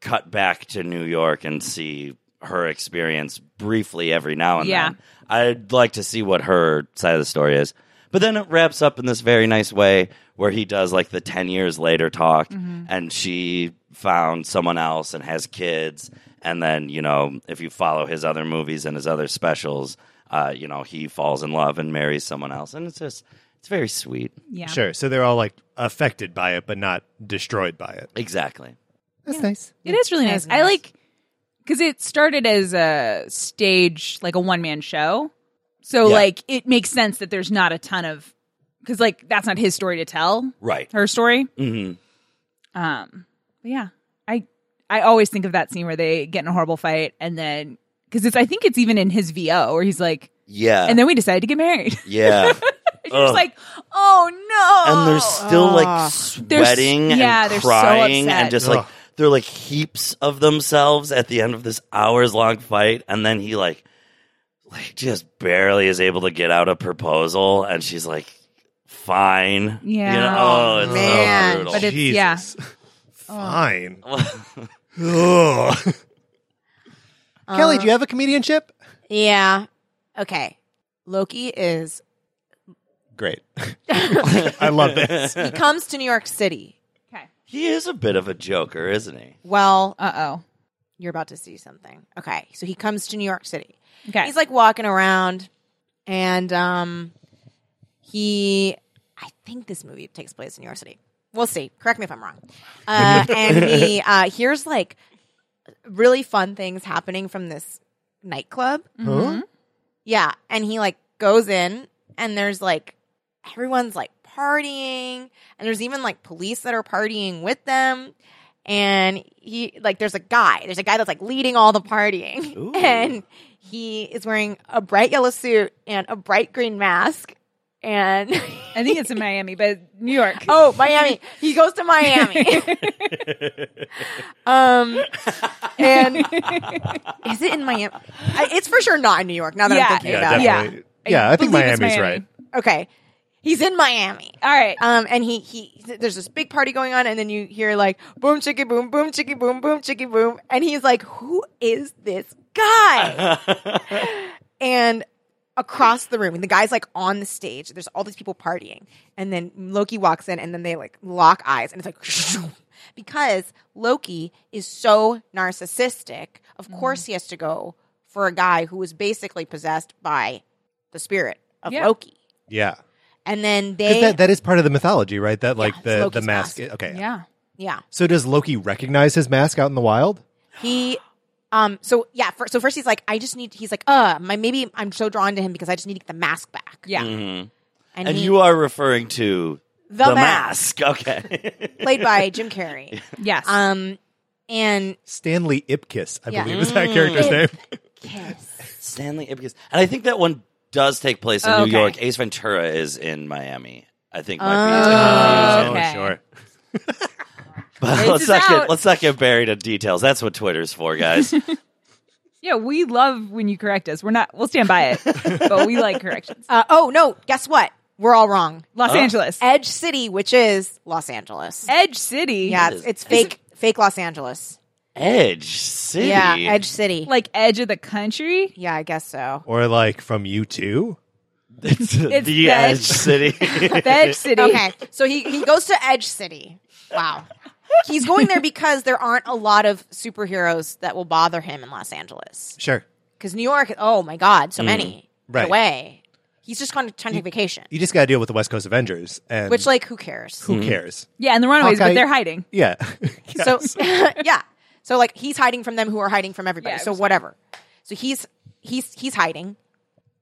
Speaker 6: cut back to New York and see her experience briefly every now and
Speaker 3: Yeah.
Speaker 6: then. I'd like to see what her side of the story is. But then it wraps up in this very nice way where he does like the 10 years later talk
Speaker 3: Mm-hmm.
Speaker 6: and she found someone else and has kids. And then, you know, if you follow his other movies and his other specials, uh, you know, he falls in love and marries someone else. And it's just, it's very sweet.
Speaker 3: Yeah,
Speaker 5: Sure. So they're all like affected by it, but not destroyed by it.
Speaker 6: Exactly.
Speaker 5: That's nice.
Speaker 3: It is really nice. I like because it started as a stage, like a one man show. So
Speaker 6: Yeah.
Speaker 3: like it makes sense that there's not a ton of because like that's not his story to tell,
Speaker 6: Right.
Speaker 3: her story.
Speaker 6: hmm
Speaker 3: Um, but yeah, I I always think of that scene where they get in a horrible fight and then because it's I think it's even in his VO where he's like,
Speaker 6: Yeah.
Speaker 3: and then we decided to get married.
Speaker 6: yeah.
Speaker 3: You're just like, oh no,
Speaker 6: and they're still
Speaker 4: Ah.
Speaker 6: like sweating
Speaker 3: yeah, they're
Speaker 6: and
Speaker 3: so
Speaker 6: crying and
Speaker 3: upset.
Speaker 6: just like
Speaker 5: Ugh.
Speaker 6: they're like heaps of themselves at the end of this hours long fight and then he like like just barely is able to get out a proposal and she's like fine
Speaker 3: Yeah.
Speaker 6: you know oh it's so
Speaker 4: Man.
Speaker 6: brutal
Speaker 3: But it's- yeah.
Speaker 5: Fine. Ugh. Kelly, do you have a comedian chip?
Speaker 4: Yeah. Okay. Loki is
Speaker 5: Great. I love this.
Speaker 4: he comes to New York City.
Speaker 3: Okay.
Speaker 6: He is a bit of a joker, isn't he?
Speaker 4: Well,
Speaker 3: Uh oh.
Speaker 4: you're about to see something. Okay. So he comes to New York City.
Speaker 3: Okay.
Speaker 4: He's like walking around and um he I think this movie takes place in New York City. We'll see. Correct me if I'm wrong. Uh, and he uh hears like really fun things happening from this nightclub.
Speaker 5: Huh?
Speaker 4: Yeah, and he like goes in and there's like everyone's like partying and there's even like police that are partying with them and he like there's a guy there's a guy that's like leading all the partying
Speaker 6: Ooh.
Speaker 4: and he is wearing a bright yellow suit and a bright green mask and
Speaker 3: I think it's in Miami, but New York.
Speaker 4: oh miami he goes to miami um and is it in miami I, it's for sure not in new york now that
Speaker 3: Yeah,
Speaker 4: i'm thinking
Speaker 3: Yeah,
Speaker 4: about it
Speaker 3: Yeah.
Speaker 5: definitely. Yeah, I, think
Speaker 3: believe it's
Speaker 5: Miami's
Speaker 3: Miami.
Speaker 5: right.
Speaker 4: okay he's in miami
Speaker 3: All right.
Speaker 4: um, and he he there's this big party going on, and then you hear like boom chicky boom boom chicky boom boom chicky boom, and he's like, "Who is this guy?" and across the room, and the guy's like on the stage. There's all these people partying, and then Loki walks in, and then they like lock eyes, and it's like because Loki is so narcissistic. Of course, he has to go for a guy who is basically possessed by the spirit of
Speaker 3: Yeah.
Speaker 4: Loki.
Speaker 5: Yeah.
Speaker 4: And then
Speaker 5: 'Cause
Speaker 4: they,
Speaker 5: that, that is part of the mythology, right? That like
Speaker 4: it's
Speaker 5: the, the
Speaker 4: Loki's
Speaker 5: mask.
Speaker 4: mask.
Speaker 5: Okay.
Speaker 3: yeah.
Speaker 4: yeah.
Speaker 5: So does Loki recognize his mask out in the wild?
Speaker 4: He, um, so yeah, for, so first he's like, I just need. He's like, uh, my maybe I'm so drawn to him because I just need to get the mask back.
Speaker 3: Yeah.
Speaker 4: and,
Speaker 6: Mm-hmm. And
Speaker 4: he,
Speaker 6: you are referring to
Speaker 4: The Mask.
Speaker 6: Okay.
Speaker 4: played by Jim Carrey.
Speaker 3: Yes.
Speaker 4: Um, and
Speaker 5: Stanley Ipkiss, I
Speaker 4: Yeah.
Speaker 5: believe is that character's name.
Speaker 4: kiss.
Speaker 6: Stanley Ipkiss. And I think that one does take place in
Speaker 3: Oh,
Speaker 6: New
Speaker 3: okay.
Speaker 6: York. Ace Ventura is in Miami. I think might
Speaker 3: Oh,
Speaker 6: be.
Speaker 3: okay.
Speaker 6: But
Speaker 3: Ace
Speaker 6: let's
Speaker 3: is
Speaker 6: not
Speaker 3: out.
Speaker 6: get let's not get buried in details. That's what Twitter's for, guys.
Speaker 3: Yeah, we love when you correct us. We're not. We'll stand by it, but we like corrections.
Speaker 4: Uh, oh no, guess what? We're all wrong.
Speaker 3: Los Angeles,
Speaker 4: Edge City, which is Los Angeles.
Speaker 3: Edge City.
Speaker 4: Yeah, it's, it's fake, fake Los Angeles.
Speaker 6: Edge City.
Speaker 4: Yeah, Edge City.
Speaker 3: like edge of the country.
Speaker 4: yeah, I guess so.
Speaker 5: Or like from you too.
Speaker 6: It's the
Speaker 3: the
Speaker 6: Edge
Speaker 3: Edge.
Speaker 6: City.
Speaker 3: Edge City.
Speaker 4: Okay, so he, he goes to Edge City. Wow. He's going there because there aren't a lot of superheroes that will bother him in Los Angeles.
Speaker 5: Sure.
Speaker 4: Because New York, oh my God, so many.
Speaker 5: Mm. right.
Speaker 4: Get Away. He's just going to trying to take vacation.
Speaker 5: You just got to deal with the West Coast Avengers, and
Speaker 4: Which, like, who cares?
Speaker 5: who cares?
Speaker 3: Yeah, and the Runaways,
Speaker 5: Hawkeye-
Speaker 3: but they're hiding.
Speaker 5: Yeah.
Speaker 4: So, yeah. So, like, he's hiding from them who are hiding from everybody.
Speaker 3: Yeah,
Speaker 4: so, whatever. So he's he's he's hiding,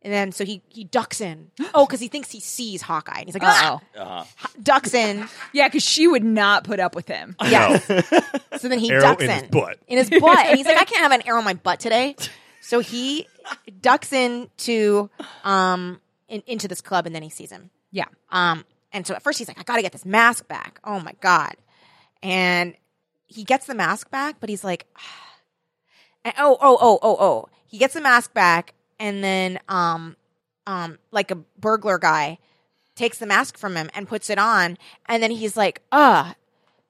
Speaker 4: and then so he he ducks in. Oh, because he thinks he sees Hawkeye, and he's like,
Speaker 3: Oh,
Speaker 4: ah,
Speaker 5: Uh-huh.
Speaker 4: ducks in.
Speaker 3: yeah, because she would not put up with him.
Speaker 4: Yeah. so then he
Speaker 5: Arrow
Speaker 4: ducks
Speaker 5: in
Speaker 4: in,
Speaker 5: his butt.
Speaker 4: In his butt. And he's like, I can't have an arrow in my butt today. So he ducks into um in, into this club and then he sees him.
Speaker 3: Yeah,
Speaker 4: Um and so at first he's like, I gotta get this mask back. Oh my God. And he gets the mask back, but he's like "Ah." and, oh, oh, oh, oh, oh. He gets the mask back and then um um like a burglar guy takes the mask from him and puts it on and then he's like, uh,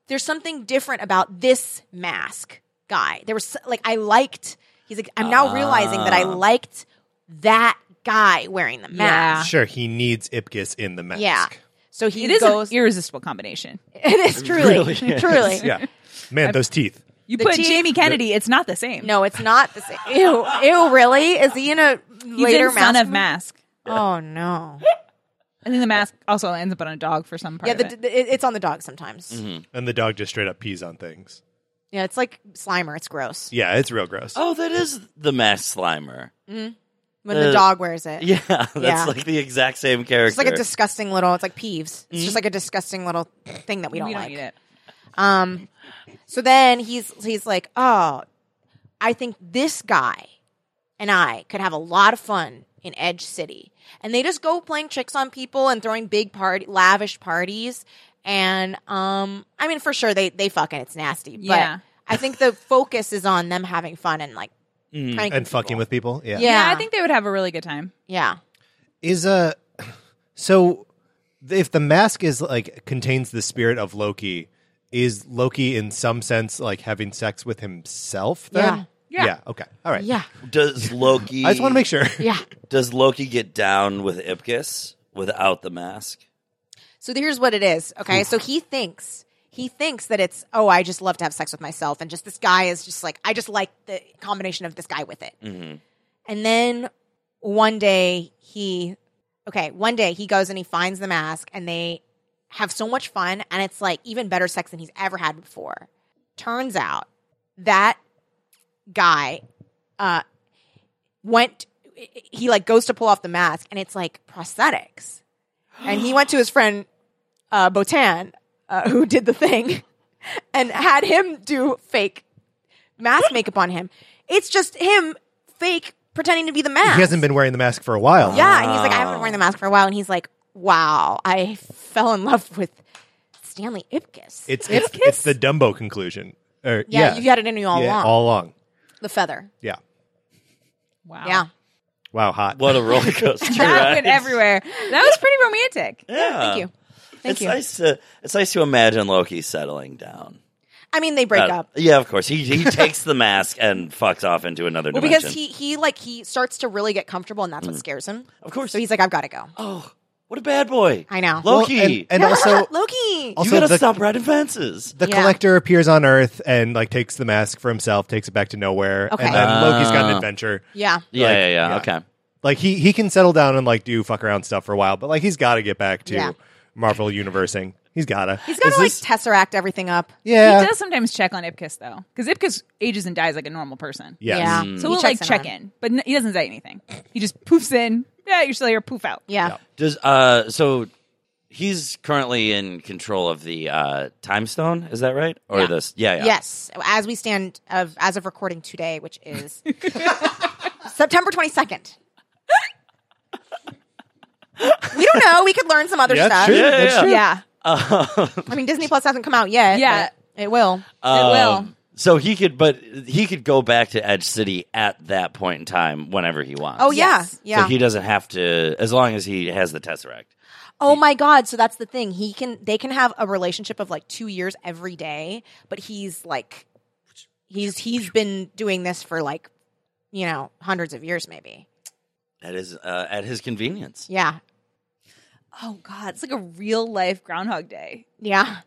Speaker 4: there's something different about this mask guy. There was like I liked. He's like I'm now realizing that I
Speaker 3: Ah.
Speaker 4: liked that guy wearing the mask.
Speaker 5: sure, he needs Ipkiss in the mask.
Speaker 4: Yeah. So he
Speaker 3: it is
Speaker 4: goes.
Speaker 3: an irresistible combination.
Speaker 4: it is truly, truly.
Speaker 5: Yeah. Man, those teeth.
Speaker 3: You put
Speaker 4: teeth-
Speaker 3: Jamie Kennedy, it's not the same.
Speaker 4: No, it's not the same. Ew, ew, really? Is he in a
Speaker 3: he's
Speaker 4: later
Speaker 3: in Son of
Speaker 4: movie?
Speaker 3: Mask.
Speaker 4: Oh no!
Speaker 3: I think the mask also ends up on a dog for some part.
Speaker 4: yeah,
Speaker 3: of
Speaker 4: the,
Speaker 3: it.
Speaker 4: the, it- it's on the dog sometimes.
Speaker 5: And the dog just straight up pees on things.
Speaker 4: Yeah, it's like Slimer. It's gross
Speaker 5: Yeah, it's real gross.
Speaker 6: oh, that is the mask slimer.
Speaker 4: when the
Speaker 6: Uh,
Speaker 4: dog wears it.
Speaker 6: Yeah. That's
Speaker 4: Yeah.
Speaker 6: like the exact same character.
Speaker 4: It's like a disgusting little. It's like Peeves. It's just like a disgusting little thing that we don't
Speaker 3: we don't
Speaker 4: like.
Speaker 3: need it.
Speaker 4: Um, so then he's he's like, oh, I think this guy and I could have a lot of fun in Edge City, and they just go playing tricks on people and throwing big party, lavish parties, and um, I mean for sure they they fucking it's nasty, but
Speaker 3: Yeah.
Speaker 4: I think the focus is on them having fun and like pranking
Speaker 5: Mm. and fucking
Speaker 4: people.
Speaker 5: with people. Yeah.
Speaker 4: Yeah.
Speaker 3: I think they would have a really good time.
Speaker 4: yeah.
Speaker 5: Is uh so if the mask is like contains the spirit of Loki, is Loki in some sense like having sex with himself? Then?
Speaker 3: Yeah. Yeah.
Speaker 5: Okay. All right.
Speaker 4: Yeah.
Speaker 6: Does Loki?
Speaker 5: I just want to make sure.
Speaker 4: Yeah.
Speaker 6: Does Loki get down with Ipkiss without the mask?
Speaker 4: So here's what it is. Okay. So he thinks he thinks that it's oh I just love to have sex with myself and just this guy is just like I just like the combination of this guy with it.
Speaker 6: Mm-hmm.
Speaker 4: And then one day he, okay, one day he goes and he finds the mask and they have so much fun and it's like even better sex than he's ever had before. Turns out that guy uh, went, he like goes to pull off the mask and it's like prosthetics. And he went to his friend uh, Botan, uh, who did the thing, and had him do fake mask makeup on him. It's just him fake pretending to be the mask.
Speaker 5: He hasn't been wearing the mask for a while.
Speaker 4: Yeah, and he's like, I haven't worn the mask for a while, and he's like, Wow, I fell in love with Stanley Ipkiss.
Speaker 5: It's it's, it's the Dumbo conclusion. Or,
Speaker 4: yeah, you've had it in you all
Speaker 5: Yeah,
Speaker 4: along.
Speaker 5: All along.
Speaker 4: the feather.
Speaker 5: Yeah.
Speaker 3: Wow.
Speaker 4: Yeah.
Speaker 5: Wow. Hot.
Speaker 6: What a roller coaster!
Speaker 3: That
Speaker 6: ride.
Speaker 3: went everywhere.
Speaker 6: Uh,
Speaker 3: That was pretty romantic.
Speaker 6: Yeah.
Speaker 4: Thank you. Thank
Speaker 6: it's
Speaker 4: you.
Speaker 6: nice to it's nice to imagine Loki settling down.
Speaker 4: I mean, they break
Speaker 6: Uh,
Speaker 4: up.
Speaker 6: Yeah, of course. He he takes the mask and fucks off into another
Speaker 4: Well,
Speaker 6: dimension.
Speaker 4: because he he like he starts to really get comfortable, and that's what scares him.
Speaker 6: Mm. Of course.
Speaker 4: So he's like, I've got to go.
Speaker 6: oh, what a bad boy!
Speaker 4: I know.
Speaker 5: Well,
Speaker 6: Loki.
Speaker 5: and, and also,
Speaker 4: Loki.
Speaker 5: also
Speaker 6: you gotta
Speaker 5: the,
Speaker 6: stop riding fences.
Speaker 5: the
Speaker 4: Yeah.
Speaker 5: collector appears on Earth and like takes the mask for himself, takes it back to nowhere,
Speaker 4: Okay.
Speaker 5: and then Loki's got an
Speaker 6: Ah.
Speaker 5: adventure.
Speaker 4: Yeah.
Speaker 6: yeah,
Speaker 5: like,
Speaker 6: yeah, yeah,
Speaker 5: yeah.
Speaker 6: Okay.
Speaker 5: Like he he can settle down and like do fuck around stuff for a while, but like he's got to get back to
Speaker 4: Yeah.
Speaker 5: Marvel Universing. He's gotta.
Speaker 4: He's got
Speaker 5: Is
Speaker 4: to like
Speaker 5: this-
Speaker 4: tesseract everything up.
Speaker 5: yeah.
Speaker 3: He does sometimes check on Ipkiss though, because Ipkiss ages and dies like a normal person.
Speaker 5: Yes.
Speaker 4: Yeah.
Speaker 6: Mm.
Speaker 3: So
Speaker 4: He
Speaker 3: we'll like
Speaker 4: checks
Speaker 3: check
Speaker 4: on him.
Speaker 3: in, but n- he doesn't say anything. He just poofs in. Yeah, you're still here. Poof out.
Speaker 4: Yeah.
Speaker 6: Does uh so he's currently in control of the uh time stone, is that right? Or
Speaker 4: Yeah.
Speaker 6: this yeah, yeah.
Speaker 4: Yes, as we stand of as of recording today, which is September twenty second. we don't know. We could learn some other
Speaker 5: Yeah,
Speaker 4: stuff.
Speaker 5: true.
Speaker 6: Yeah, yeah,
Speaker 4: Yeah.
Speaker 6: yeah.
Speaker 4: I mean, Disney Plus hasn't come out yet.
Speaker 3: Yeah.
Speaker 4: but it will.
Speaker 3: it will.
Speaker 6: Um, so he could but he could go back to Edge City at that point in time whenever he wants.
Speaker 4: Oh yeah, yeah.
Speaker 6: So he doesn't have to as long as he has the Tesseract.
Speaker 4: oh my God! So that's the thing. He can. They can have a relationship of like two years every day, but he's like, he's he's been doing this for like, you know, hundreds of years, maybe.
Speaker 6: That is uh, at his convenience.
Speaker 4: Yeah,
Speaker 3: Oh god, it's like a real life Groundhog Day.
Speaker 4: yeah.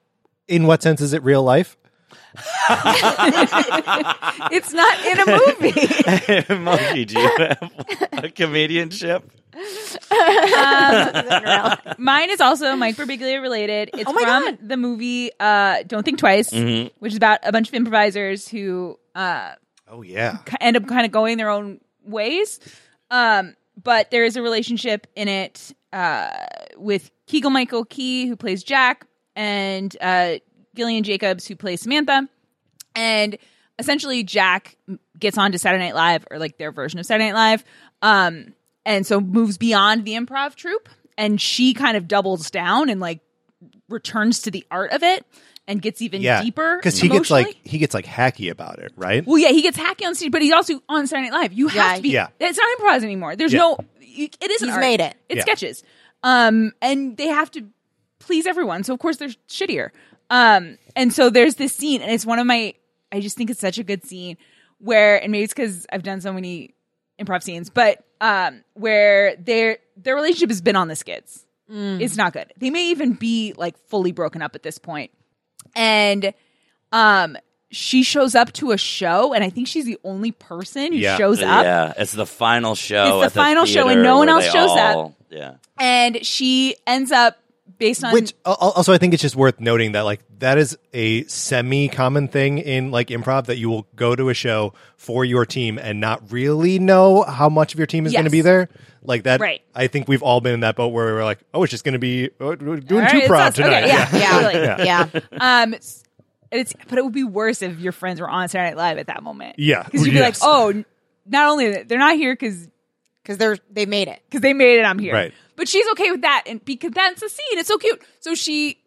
Speaker 5: In what sense is it real life?
Speaker 3: It's not in a movie.
Speaker 6: Monkey, do you have a comedian ship?
Speaker 3: Mine is also Mike Birbiglia related. It's
Speaker 4: Oh my
Speaker 3: from
Speaker 4: God.
Speaker 3: the movie uh, Don't Think Twice, which is about a bunch of improvisers who uh,
Speaker 5: Oh yeah.
Speaker 3: ki- end up kind of going their own ways. Um, but there is a relationship in it uh, with Keegan Michael Key, who plays Jack, and uh, Gillian Jacobs, who plays Samantha. And essentially, Jack m- gets onto Saturday Night Live, or like their version of Saturday Night Live, um, and so moves beyond the improv troupe. And she kind of doubles down and like returns to the art of it and gets even
Speaker 5: Yeah.
Speaker 3: deeper
Speaker 5: Because he gets like
Speaker 3: emotionally.
Speaker 5: he gets like hacky about it, right?
Speaker 3: Well, yeah, he gets hacky on stage, but he's also on Saturday Night Live. You have
Speaker 4: Yeah.
Speaker 3: to be.
Speaker 5: Yeah.
Speaker 3: It's not improvised anymore. There's
Speaker 5: Yeah.
Speaker 3: no. You, it is. an
Speaker 4: He's
Speaker 3: art.
Speaker 4: made it.
Speaker 3: It's
Speaker 5: Yeah.
Speaker 3: sketches. Um, and they have to please everyone, so of course they're shittier. Um, and so there's this scene, and it's one of my. I just think it's such a good scene where, and maybe it's because I've done so many improv scenes, but um, where their their relationship has been on the skids. It's not good. They may even be like fully broken up at this point, and um she shows up to a show and i think she's the only person who
Speaker 5: Yeah.
Speaker 3: shows up
Speaker 6: Yeah, it's the final show.
Speaker 3: It's the
Speaker 6: at
Speaker 3: final show and
Speaker 6: theater
Speaker 3: no one
Speaker 6: where
Speaker 3: else
Speaker 6: they
Speaker 3: shows up.
Speaker 6: all- Yeah.
Speaker 3: and she ends up based on
Speaker 5: Which al- al- also I think it's just worth noting that like that is a semi common thing in like improv that you will go to a show for your team and not really know how much of your team is
Speaker 3: Yes.
Speaker 5: going to be there. Like that,
Speaker 3: Right.
Speaker 5: I think we've all been in that boat where we were like, oh, it's just going to be oh, we're doing
Speaker 3: All
Speaker 5: two
Speaker 3: right, it's
Speaker 5: prop
Speaker 3: us. Okay,
Speaker 5: tonight.
Speaker 3: yeah,
Speaker 4: Yeah.
Speaker 3: totally.
Speaker 4: Yeah.
Speaker 3: um it's, it's but it would be worse if your friends were on saturday night live at that moment
Speaker 5: Yeah.
Speaker 3: because you'd be
Speaker 5: Yes.
Speaker 3: like oh n- not only that- they're not here because
Speaker 4: Because they're they made it.
Speaker 3: because they made it i'm here
Speaker 5: Right.
Speaker 3: but she's okay with that and because that's a scene it's so cute so she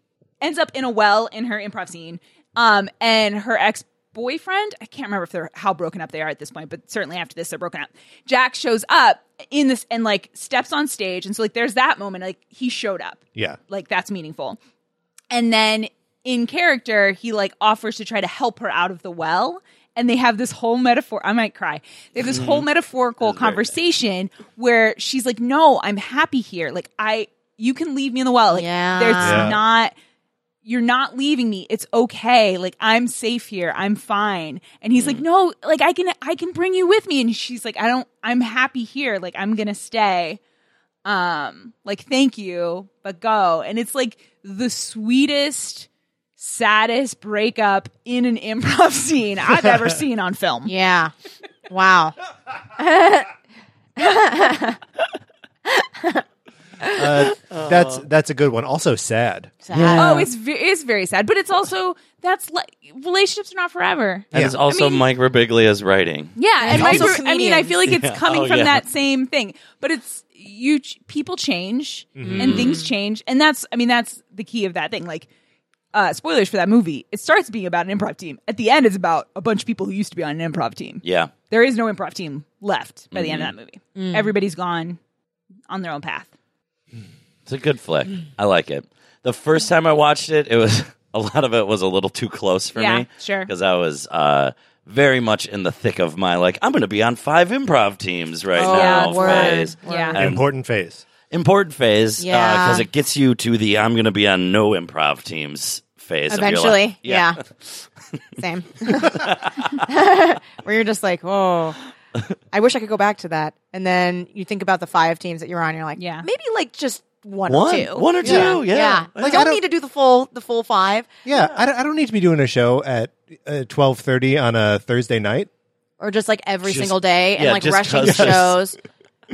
Speaker 3: ends up in a well in her improv scene um and her ex boyfriend i can't remember if they're how broken up they are at this point but certainly after this they're broken up jack shows up in this and like steps on stage and so like there's that moment like he showed up
Speaker 5: Yeah.
Speaker 3: like that's meaningful and then in character, he like offers to try to help her out of the well. And they have this whole metaphor. I might cry. They have this whole metaphorical conversation where she's like, "No, I'm happy here. Like I, you can leave me in the well. Like
Speaker 4: Yeah.
Speaker 3: there's
Speaker 5: Yeah.
Speaker 3: not." You're not leaving me. It's okay. Like I'm safe here. I'm fine. And he's like, "No, like I can I can bring you with me." And she's like, "I don't I'm happy here. Like I'm going to stay." um like thank you but go and it's like the sweetest saddest breakup in an improv scene i've ever seen on film
Speaker 4: Yeah. Wow.
Speaker 5: Uh, that's that's a good one. Also sad.
Speaker 4: Sad.
Speaker 6: Um,
Speaker 3: oh it's ve- it's very sad but it's also that's like relationships are not forever
Speaker 6: And it's
Speaker 5: Yeah.
Speaker 6: also Mike Rabiglia's writing.
Speaker 3: yeah and
Speaker 4: And
Speaker 3: my,
Speaker 4: also
Speaker 3: gr- i mean i feel like it's
Speaker 6: comedians.
Speaker 3: coming
Speaker 6: Oh,
Speaker 3: from
Speaker 6: yeah.
Speaker 3: that same thing but it's you ch- people change
Speaker 6: Mm-hmm.
Speaker 3: and things change and that's i mean that's the key of that thing like uh, spoilers for that movie. It starts being about an improv team. At the end, it's about a bunch of people who used to be on an improv team.
Speaker 6: Yeah. Mm-hmm.
Speaker 3: there is no improv team left by the end of that movie.
Speaker 4: Mm.
Speaker 3: Everybody's gone on their own path.
Speaker 6: It's a good flick. I like it. The first time I watched it, it was a lot of it was a little too close for
Speaker 3: Yeah,
Speaker 6: me.
Speaker 3: sure.
Speaker 6: Because I was uh, very much in the thick of my like, I'm going to be on five improv teams right
Speaker 4: Oh,
Speaker 6: now.
Speaker 4: yeah, word.
Speaker 6: phase.
Speaker 3: Yeah.
Speaker 6: And
Speaker 5: Important phase.
Speaker 6: important phase.
Speaker 4: Yeah.
Speaker 6: Because it gets you to the I'm going to be on no improv teams phase. of your life.
Speaker 4: Eventually. yeah. Same. Where you're just like, oh, I wish I could go back to that. And then you think about the five teams that you're on. And you're like,
Speaker 3: Yeah.
Speaker 4: maybe like just one,
Speaker 6: One.
Speaker 4: or two.
Speaker 6: One or two, yeah.
Speaker 4: You
Speaker 5: Like, I
Speaker 4: don't,
Speaker 5: don't-
Speaker 4: need to do the full the full five
Speaker 5: Yeah, I, don't, I don't need to be doing a show at uh, twelve thirty on a Thursday night.
Speaker 4: or just like every
Speaker 6: Just-
Speaker 4: single day and
Speaker 6: yeah,
Speaker 4: like
Speaker 6: just
Speaker 4: rushing
Speaker 6: 'cause
Speaker 4: shows.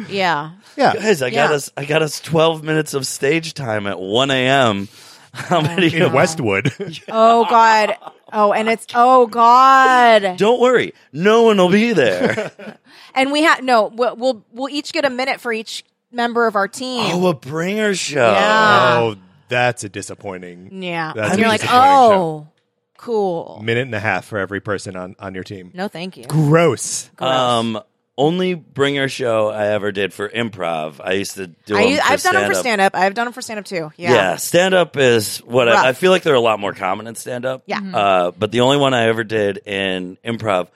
Speaker 4: yeah.
Speaker 5: Yeah,
Speaker 6: Guys, I got
Speaker 4: Yeah.
Speaker 6: us. I got us twelve minutes of stage time at one a.m. How many?
Speaker 5: in Westwood.
Speaker 4: Oh God. Oh, and it's oh God.
Speaker 6: Don't worry, no one will be there.
Speaker 4: And we have no. We'll, we'll we'll each get a minute for each member of our team.
Speaker 6: oh, a bringer show.
Speaker 4: yeah.
Speaker 5: oh, that's a disappointing
Speaker 4: yeah.
Speaker 5: That's
Speaker 4: and you're
Speaker 5: a
Speaker 4: like,
Speaker 5: disappointing
Speaker 4: oh, cool.
Speaker 5: minute and a half for every person on on your team.
Speaker 4: No, thank you.
Speaker 5: Gross.
Speaker 6: Um, only bringer show I ever did for improv. I used to do. 'em
Speaker 4: I,
Speaker 6: for
Speaker 4: I've done them for
Speaker 6: stand-up.
Speaker 4: stand up. I've done them for stand up too.
Speaker 6: Yeah,
Speaker 4: Yeah.
Speaker 6: stand up is what
Speaker 4: Rough.
Speaker 6: I, I feel like they're a lot more common in stand up.
Speaker 4: Yeah.
Speaker 3: Mm-hmm.
Speaker 4: Mhm.
Speaker 6: Uh, but the only one I ever did in improv,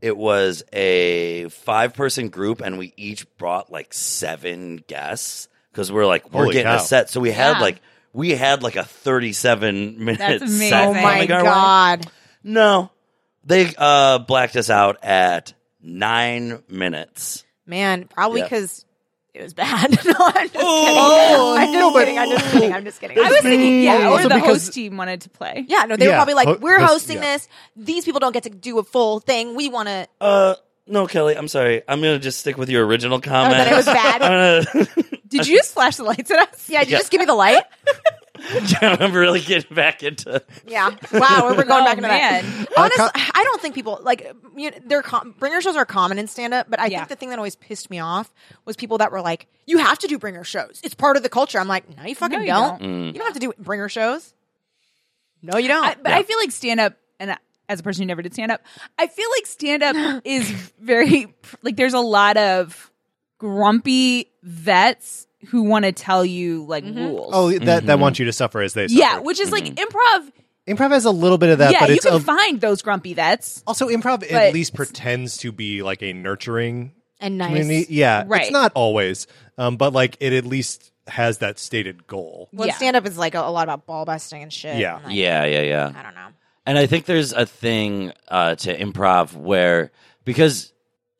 Speaker 6: it was a five person group, and we each brought like seven guests because we're like we're
Speaker 5: Holy
Speaker 6: getting a
Speaker 5: cow.
Speaker 6: set. So we had
Speaker 3: Yeah.
Speaker 6: like we had like a thirty seven minute
Speaker 3: That's amazing.
Speaker 6: set.
Speaker 4: Oh
Speaker 3: Thank
Speaker 4: my
Speaker 6: Like, our-
Speaker 4: God.
Speaker 6: No, they uh, blacked us out at nine minutes.
Speaker 4: Man, probably
Speaker 6: Yeah.
Speaker 4: because it was bad. no, I'm just
Speaker 6: Oh,
Speaker 4: kidding. I'm
Speaker 6: no,
Speaker 4: just kidding. I'm just
Speaker 6: but-
Speaker 4: kidding. I'm just kidding.
Speaker 3: I was thinking, yeah, or
Speaker 5: Also
Speaker 3: the
Speaker 5: because-
Speaker 3: host team wanted to play.
Speaker 4: yeah, no, they were
Speaker 5: Yeah.
Speaker 4: probably
Speaker 5: Ho-
Speaker 4: like, we're
Speaker 5: host-
Speaker 4: hosting
Speaker 5: yeah.
Speaker 4: this. These people don't get to do a full thing. We want to.
Speaker 6: Uh, no, Kelly, I'm sorry. I'm gonna just stick with your original comment.
Speaker 4: Oh, that it was bad?
Speaker 6: I'm gonna-
Speaker 3: Did you just flash the lights at us?
Speaker 4: Yeah, did you just give me the light?
Speaker 6: I'm really getting back into.
Speaker 4: Yeah. Wow, we're going
Speaker 3: Oh,
Speaker 4: back into
Speaker 3: man.
Speaker 4: that. Honestly, I don't think people like you know, their com- bringer shows are common in stand up, but I
Speaker 3: Yeah.
Speaker 4: think the thing that always pissed me off was people that were like, "You have to do bringer shows. It's part of the culture." I'm like, "No, you fucking
Speaker 3: you
Speaker 4: don't. You don't have to do bringer shows. No, you don't."
Speaker 3: I, but I feel like stand up, and I- as a person who never did stand up, I feel like stand up is very like there's a lot of grumpy vets who want to tell you like rules.
Speaker 5: Oh, that that wants you to suffer as they suffer.
Speaker 3: Mm-hmm. yeah, which is like improv.
Speaker 5: improv has a little bit of that,
Speaker 3: yeah,
Speaker 5: but
Speaker 3: you
Speaker 5: it's
Speaker 3: can
Speaker 5: a-
Speaker 3: find those grumpy vets.
Speaker 5: also improv
Speaker 3: but-
Speaker 5: at least pretends to be like a nurturing
Speaker 4: and nice.
Speaker 5: community. Yeah,
Speaker 3: Right.
Speaker 5: it's not always, um, but like it at least has that stated goal.
Speaker 4: Well,
Speaker 3: Yeah.
Speaker 4: stand up is like a, a lot about ball busting and shit.
Speaker 5: Yeah.
Speaker 4: and, like,
Speaker 6: Yeah, yeah, yeah.
Speaker 4: I don't know.
Speaker 6: And I think there's a thing uh, to improv where because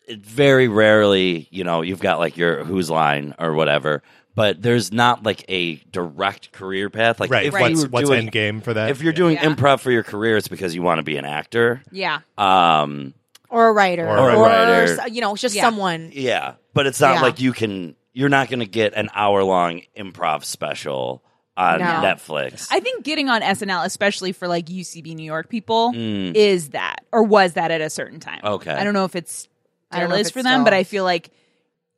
Speaker 6: it very rarely, you know, you've got like your who's line or whatever, but there's not like a direct career path. Like
Speaker 5: right.
Speaker 6: if you
Speaker 5: What's
Speaker 6: were
Speaker 5: what's
Speaker 6: doing,
Speaker 5: end game for that?
Speaker 6: If you're doing improv for your career, it's because you want to be an actor.
Speaker 3: Yeah,
Speaker 6: Um,
Speaker 4: Or a writer,
Speaker 5: Or a
Speaker 6: writer.
Speaker 4: so- you know, just
Speaker 3: Yeah.
Speaker 4: someone.
Speaker 6: yeah, but it's not
Speaker 4: Yeah.
Speaker 6: like you can. You're not going to get an hour long improv special on
Speaker 4: No.
Speaker 6: Netflix.
Speaker 3: I think getting on SNL, especially for like UCB New York people, is that or was that at a certain time.
Speaker 6: Mm. Okay.
Speaker 3: I don't know if it's
Speaker 4: I don't
Speaker 3: still
Speaker 4: know if
Speaker 3: is
Speaker 4: it's
Speaker 3: for them, but
Speaker 4: still-
Speaker 3: I feel like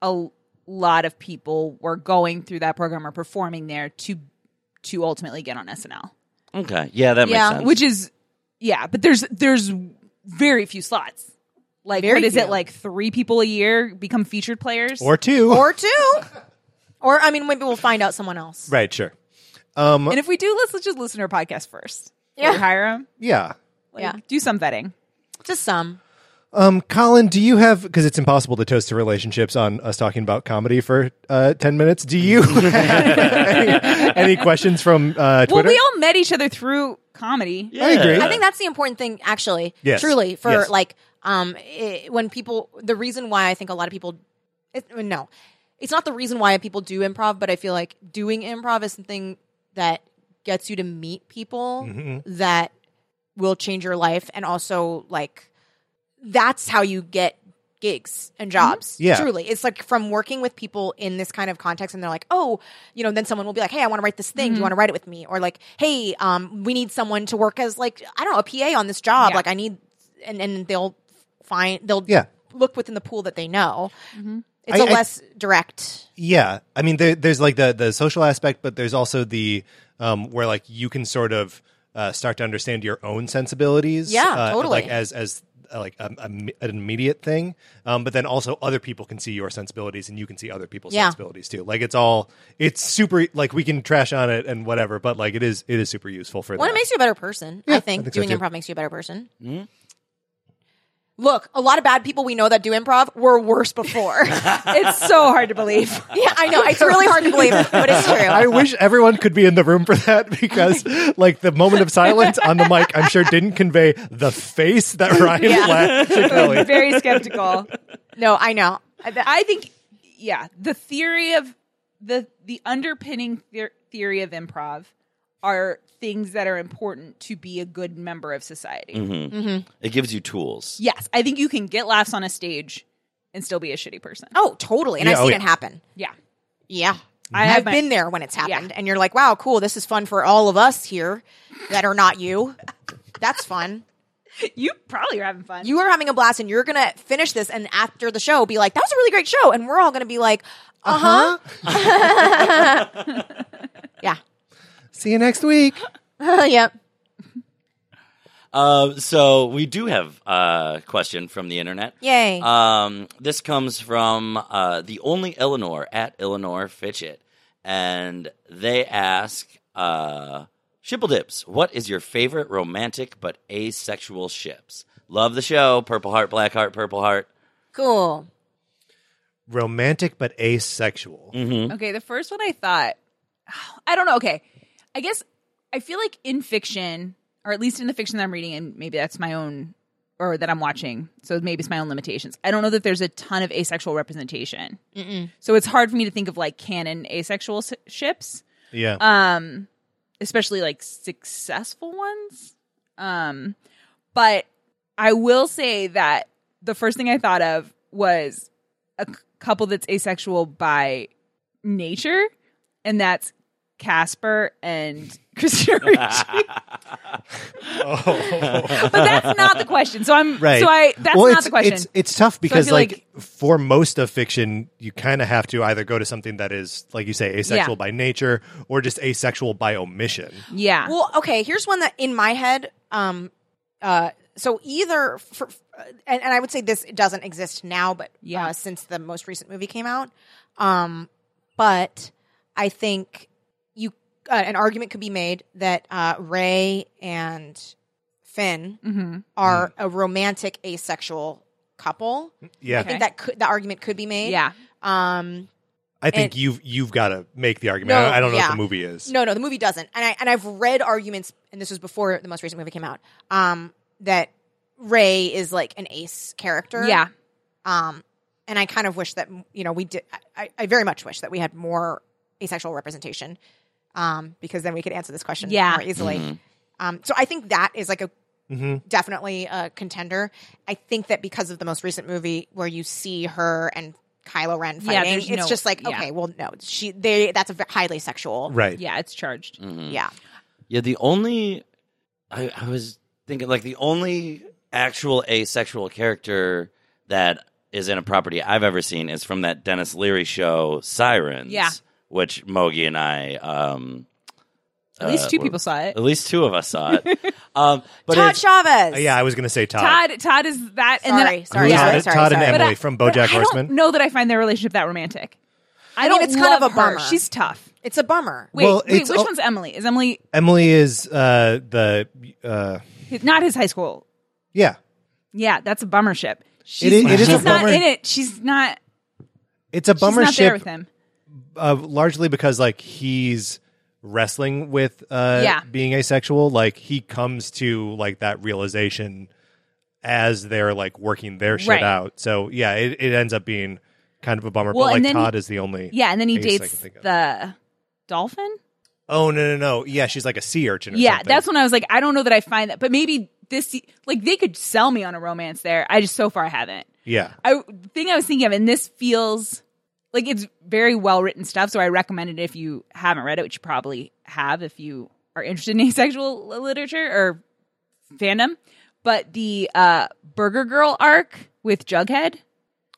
Speaker 3: a l- lot of people were going through that program or performing there to to ultimately get on SNL,
Speaker 6: okay, yeah, that
Speaker 4: Yeah,
Speaker 6: makes sense.
Speaker 3: which is yeah. But there's there's very few slots. Like
Speaker 4: Very
Speaker 3: what is
Speaker 4: few.
Speaker 3: it like three people a year become featured players?
Speaker 5: or two,
Speaker 4: Or two. Or I mean, maybe we'll find out someone else.
Speaker 5: right? Sure. Um,
Speaker 3: and if we do, let's, let's just listen to our podcast first. yeah. hire him.
Speaker 5: Yeah.
Speaker 3: Like,
Speaker 4: Yeah.
Speaker 3: do some vetting.
Speaker 4: Just some.
Speaker 5: Um, Colin, do you have because it's impossible to toast to relationships on us talking about comedy for uh, ten minutes? Do you have any, any questions from uh, Twitter?
Speaker 3: Well, we all met each other through comedy.
Speaker 5: I agree.
Speaker 4: I think that's the important thing, actually.
Speaker 5: Yes.
Speaker 4: Truly, for
Speaker 5: Yes.
Speaker 4: like, um, i when people, the reason why I think a lot of people, it, no, it's not the reason why people do improv, but I feel like doing improv is something that gets you to meet people
Speaker 5: Mm-hmm.
Speaker 4: that will change your life, and also like, that's how you get gigs and jobs.
Speaker 5: Mm-hmm. Yeah.
Speaker 4: Truly. It's like from working with people in this kind of context and they're like, "Oh, you know, then someone will be like, "Hey, I want to write this thing.
Speaker 5: Mm-hmm.
Speaker 4: Do you want to write it with me?" Or like, "Hey, um we need someone to work as like I don't know, a PA on this job.
Speaker 3: Yeah.
Speaker 4: Like I need and and they'll find they'll
Speaker 5: Yeah. Mm-hmm.
Speaker 4: look within the pool that they know. It's
Speaker 5: I-
Speaker 4: a
Speaker 5: I-
Speaker 4: less direct.
Speaker 5: Yeah, I mean, there, there's like the the social aspect, but there's also the um, where like you can sort of uh, start to understand your own sensibilities.
Speaker 4: Yeah,
Speaker 5: uh,
Speaker 4: totally.
Speaker 5: Like as as uh, like a, a, an immediate thing, um, but then also other people can see your sensibilities, and you can see other people's
Speaker 4: Yeah.
Speaker 5: sensibilities too. Like it's all it's super. Like we can trash on it and whatever, but like it is it is super useful for.
Speaker 4: Well,
Speaker 5: that.
Speaker 4: it makes you a better person. I think,
Speaker 5: I think so
Speaker 4: doing
Speaker 5: too. Hmm?
Speaker 4: improv makes you a better person. Look, a lot of bad people we know that do improv were worse before. yeah,
Speaker 3: It's so hard to believe.
Speaker 4: I know. It's really hard to believe, but it's true.
Speaker 5: I wish everyone could be in the room for that because, like, the moment of silence on the mic, I'm sure didn't convey the face that Ryan
Speaker 4: Yeah.
Speaker 5: Blatt should
Speaker 3: I was
Speaker 5: really.
Speaker 3: very skeptical.
Speaker 4: no, I know. I- that-
Speaker 3: I think, yeah, the theory of the the underpinning theor theory of improv are things that are important to be a good member of society.
Speaker 5: Mm-hmm.
Speaker 6: It gives you tools.
Speaker 3: Yes, I think you can get laughs on a stage and still be a shitty person.
Speaker 4: Oh, totally. And
Speaker 5: Yeah,
Speaker 4: I've
Speaker 5: oh,
Speaker 4: seen
Speaker 5: yeah.
Speaker 4: it happen.
Speaker 3: Yeah,
Speaker 4: Yeah.
Speaker 3: I
Speaker 4: I
Speaker 3: have
Speaker 4: have
Speaker 3: my-
Speaker 4: been there when it's happened. And you're like, wow, cool. This is fun for all of us here that are not you. That's fun.
Speaker 3: you probably are having fun.
Speaker 4: You are having a blast and you're going to finish this and after the show be like, that was a really great show. And we're all going to be like, uh huh. yeah.
Speaker 5: See you next week.
Speaker 4: yep.
Speaker 6: Uh, so we do have a question from the internet.
Speaker 4: Yay.
Speaker 5: Uh,
Speaker 6: Um, this comes from uh, the only Eleanor at Eleanor Fitchett, and they ask, uh, "Shippledips, what is your favorite romantic but asexual ships? Love the show, Purple Heart, Black Heart, Purple Heart.
Speaker 4: Cool.
Speaker 5: Romantic but asexual.
Speaker 3: Okay, the first one I thought, I don't know. Okay, I guess I feel like in fiction, or at least in the fiction that I'm reading, and maybe that's my own, or that I'm watching, so maybe it's my own limitations. I don't know that there's a ton of asexual representation. So it's hard for me to think of like canon asexual s- ships,
Speaker 5: Yeah.
Speaker 3: um, especially like successful ones. Um, but I will say that the first thing I thought of was a c- couple that's asexual by nature, and that's Casper and Christina Ricci. but that's not the question. So I'm
Speaker 5: Oh. right.
Speaker 3: So I that's
Speaker 5: Well,
Speaker 3: not
Speaker 5: it's-
Speaker 3: the question.
Speaker 5: It's, it's tough because,
Speaker 3: feel
Speaker 5: like, for most of fiction, you kind of have to either go to something that is, like you say,
Speaker 3: Yeah.
Speaker 5: asexual by nature or just asexual by omission.
Speaker 3: yeah.
Speaker 4: Well, okay. Here's one that in my head, um, uh, so either for, and, and I would say this doesn't exist now, but
Speaker 3: Yeah.
Speaker 4: uh, since the most recent movie came out, um, but I think you uh, an argument could be made that uh, Ray and Finn
Speaker 3: Mm-hmm.
Speaker 4: are a romantic asexual couple.
Speaker 5: Yeah.
Speaker 4: I think
Speaker 3: Okay.
Speaker 4: that could, the argument could be made.
Speaker 3: yeah.
Speaker 4: Um,
Speaker 5: I think
Speaker 4: And-
Speaker 5: you've you've got to make the argument.
Speaker 4: No,
Speaker 5: I I don't know
Speaker 4: yeah.
Speaker 5: what the movie is.
Speaker 4: No, no, the movie doesn't. And I and I've read arguments, and this was before the most recent movie came out. Um, that Ray is like an ace character.
Speaker 3: Yeah.
Speaker 4: Um, and I kind of wish that you know we did. I, I very much wish that we had more asexual representation. Um, because then we could answer this question
Speaker 3: Yeah.
Speaker 4: more easily. Um, so I think that is like a
Speaker 5: Mm-hmm.
Speaker 4: definitely a contender. I think that because of the most recent movie where you see her and Kylo Ren
Speaker 3: Yeah,
Speaker 4: fighting,
Speaker 3: there's
Speaker 4: it's
Speaker 3: no-
Speaker 4: just like
Speaker 3: yeah.
Speaker 4: okay, well, no, she they that's a highly sexual,
Speaker 5: Right.
Speaker 3: Yeah, it's charged.
Speaker 4: Yeah,
Speaker 6: Yeah, the only I, I was thinking like the only actual asexual character that is in a property I've ever seen is from that Dennis Leary show Sirens.
Speaker 3: Yeah.
Speaker 6: Which Mogi and I um
Speaker 3: At least
Speaker 6: uh,
Speaker 3: two
Speaker 6: were-
Speaker 3: people saw it.
Speaker 6: At least two of us saw it. um but
Speaker 4: Todd
Speaker 6: it's-
Speaker 4: Chavez.
Speaker 5: Uh, Yeah, I was going to say Todd.
Speaker 3: Todd Todd is that and then I,
Speaker 4: Sorry, sorry,
Speaker 5: Todd,
Speaker 4: sorry,
Speaker 5: Todd and
Speaker 4: sorry.
Speaker 3: But
Speaker 5: Emily
Speaker 3: I-
Speaker 5: from
Speaker 3: but
Speaker 5: BoJack
Speaker 3: I
Speaker 5: Horseman.
Speaker 3: don't know that I find their relationship that romantic. I,
Speaker 4: mean,
Speaker 3: don't.
Speaker 4: it's kind of
Speaker 3: love
Speaker 4: a
Speaker 3: her.
Speaker 4: bummer.
Speaker 3: She's tough.
Speaker 4: It's a bummer.
Speaker 3: Wait,
Speaker 5: Well,
Speaker 3: wait,
Speaker 5: it's
Speaker 3: which
Speaker 5: al-
Speaker 3: one's Emily? Is Emily
Speaker 5: Emily is uh, the uh,
Speaker 3: his- not his high school?
Speaker 5: yeah.
Speaker 3: Yeah, that's a bummer ship. She's,
Speaker 5: is- it is a
Speaker 3: she's not
Speaker 5: bummer.
Speaker 3: in it. She's not.
Speaker 5: It's a bummer
Speaker 3: she's not
Speaker 5: ship,
Speaker 3: there with him.
Speaker 5: Uh, largely because like he's wrestling with uh,
Speaker 3: Yeah.
Speaker 5: being asexual. Like he comes to like that realization as they're like working their shit
Speaker 3: Right.
Speaker 5: out. So yeah, it, it ends up being kind of a bummer.
Speaker 3: Well,
Speaker 5: but
Speaker 3: and
Speaker 5: like
Speaker 3: then
Speaker 5: Todd
Speaker 3: he-
Speaker 5: is the only
Speaker 3: Yeah, and then he
Speaker 5: ace I can
Speaker 3: dates
Speaker 5: think of.
Speaker 3: the dolphin.
Speaker 5: Oh no no no! Yeah, she's like a sea urchin. Or
Speaker 3: Yeah,
Speaker 5: something.
Speaker 3: that's when I was like, I don't know that I find that, but maybe this like they could sell me on a romance there. I just so far haven't.
Speaker 5: yeah.
Speaker 3: I the thing I was thinking of, and this feels like it's very well written stuff. So I recommend it if you haven't read it, which you probably have if you are interested in asexual li- literature or fandom. But the uh, Burger Girl arc with Jughead,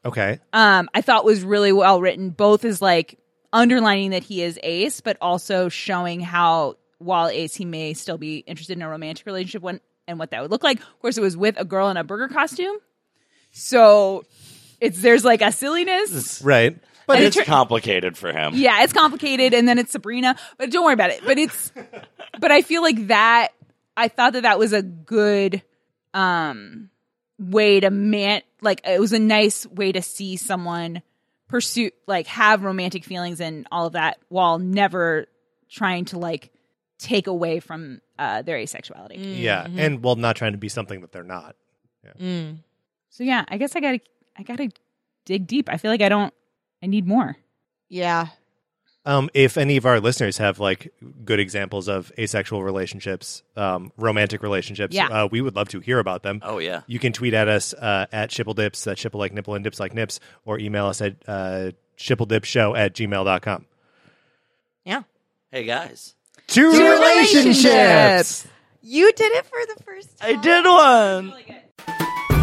Speaker 5: Okay.
Speaker 3: um, I thought was really well written. Both is like underlining that he is ace, but also showing how while ace, he may still be interested in a romantic relationship when and what that would look like. Of course, it was with a girl in a burger costume, so it's there's like a silliness.
Speaker 5: Right.
Speaker 6: But
Speaker 3: And it
Speaker 6: it's
Speaker 3: tur-
Speaker 6: complicated for him.
Speaker 3: Yeah, it's complicated, and then it's Sabrina, but don't worry about it. But it's, but I feel like that. I thought that that was a good um way to man like it was a nice way to see someone pursue like have romantic feelings and all of that while never trying to like take away from uh their asexuality.
Speaker 5: Yeah. And well, not trying to be something that they're not.
Speaker 3: So yeah, I guess I gotta I gotta dig deep. I feel like I don't I need more.
Speaker 4: Yeah.
Speaker 5: Um, if any of our listeners have like good examples of asexual relationships, um, romantic relationships,
Speaker 3: Yeah.
Speaker 5: uh, we would love to hear about them.
Speaker 6: Oh yeah.
Speaker 5: You can tweet at us uh, at shippledips, that's shipple like nipple and dips like nips, or email us at uh, shippledipshow at gmail.com.
Speaker 4: Yeah.
Speaker 6: Hey guys.
Speaker 5: Two,
Speaker 3: relationships!
Speaker 4: You did it for the first time.
Speaker 6: I did one.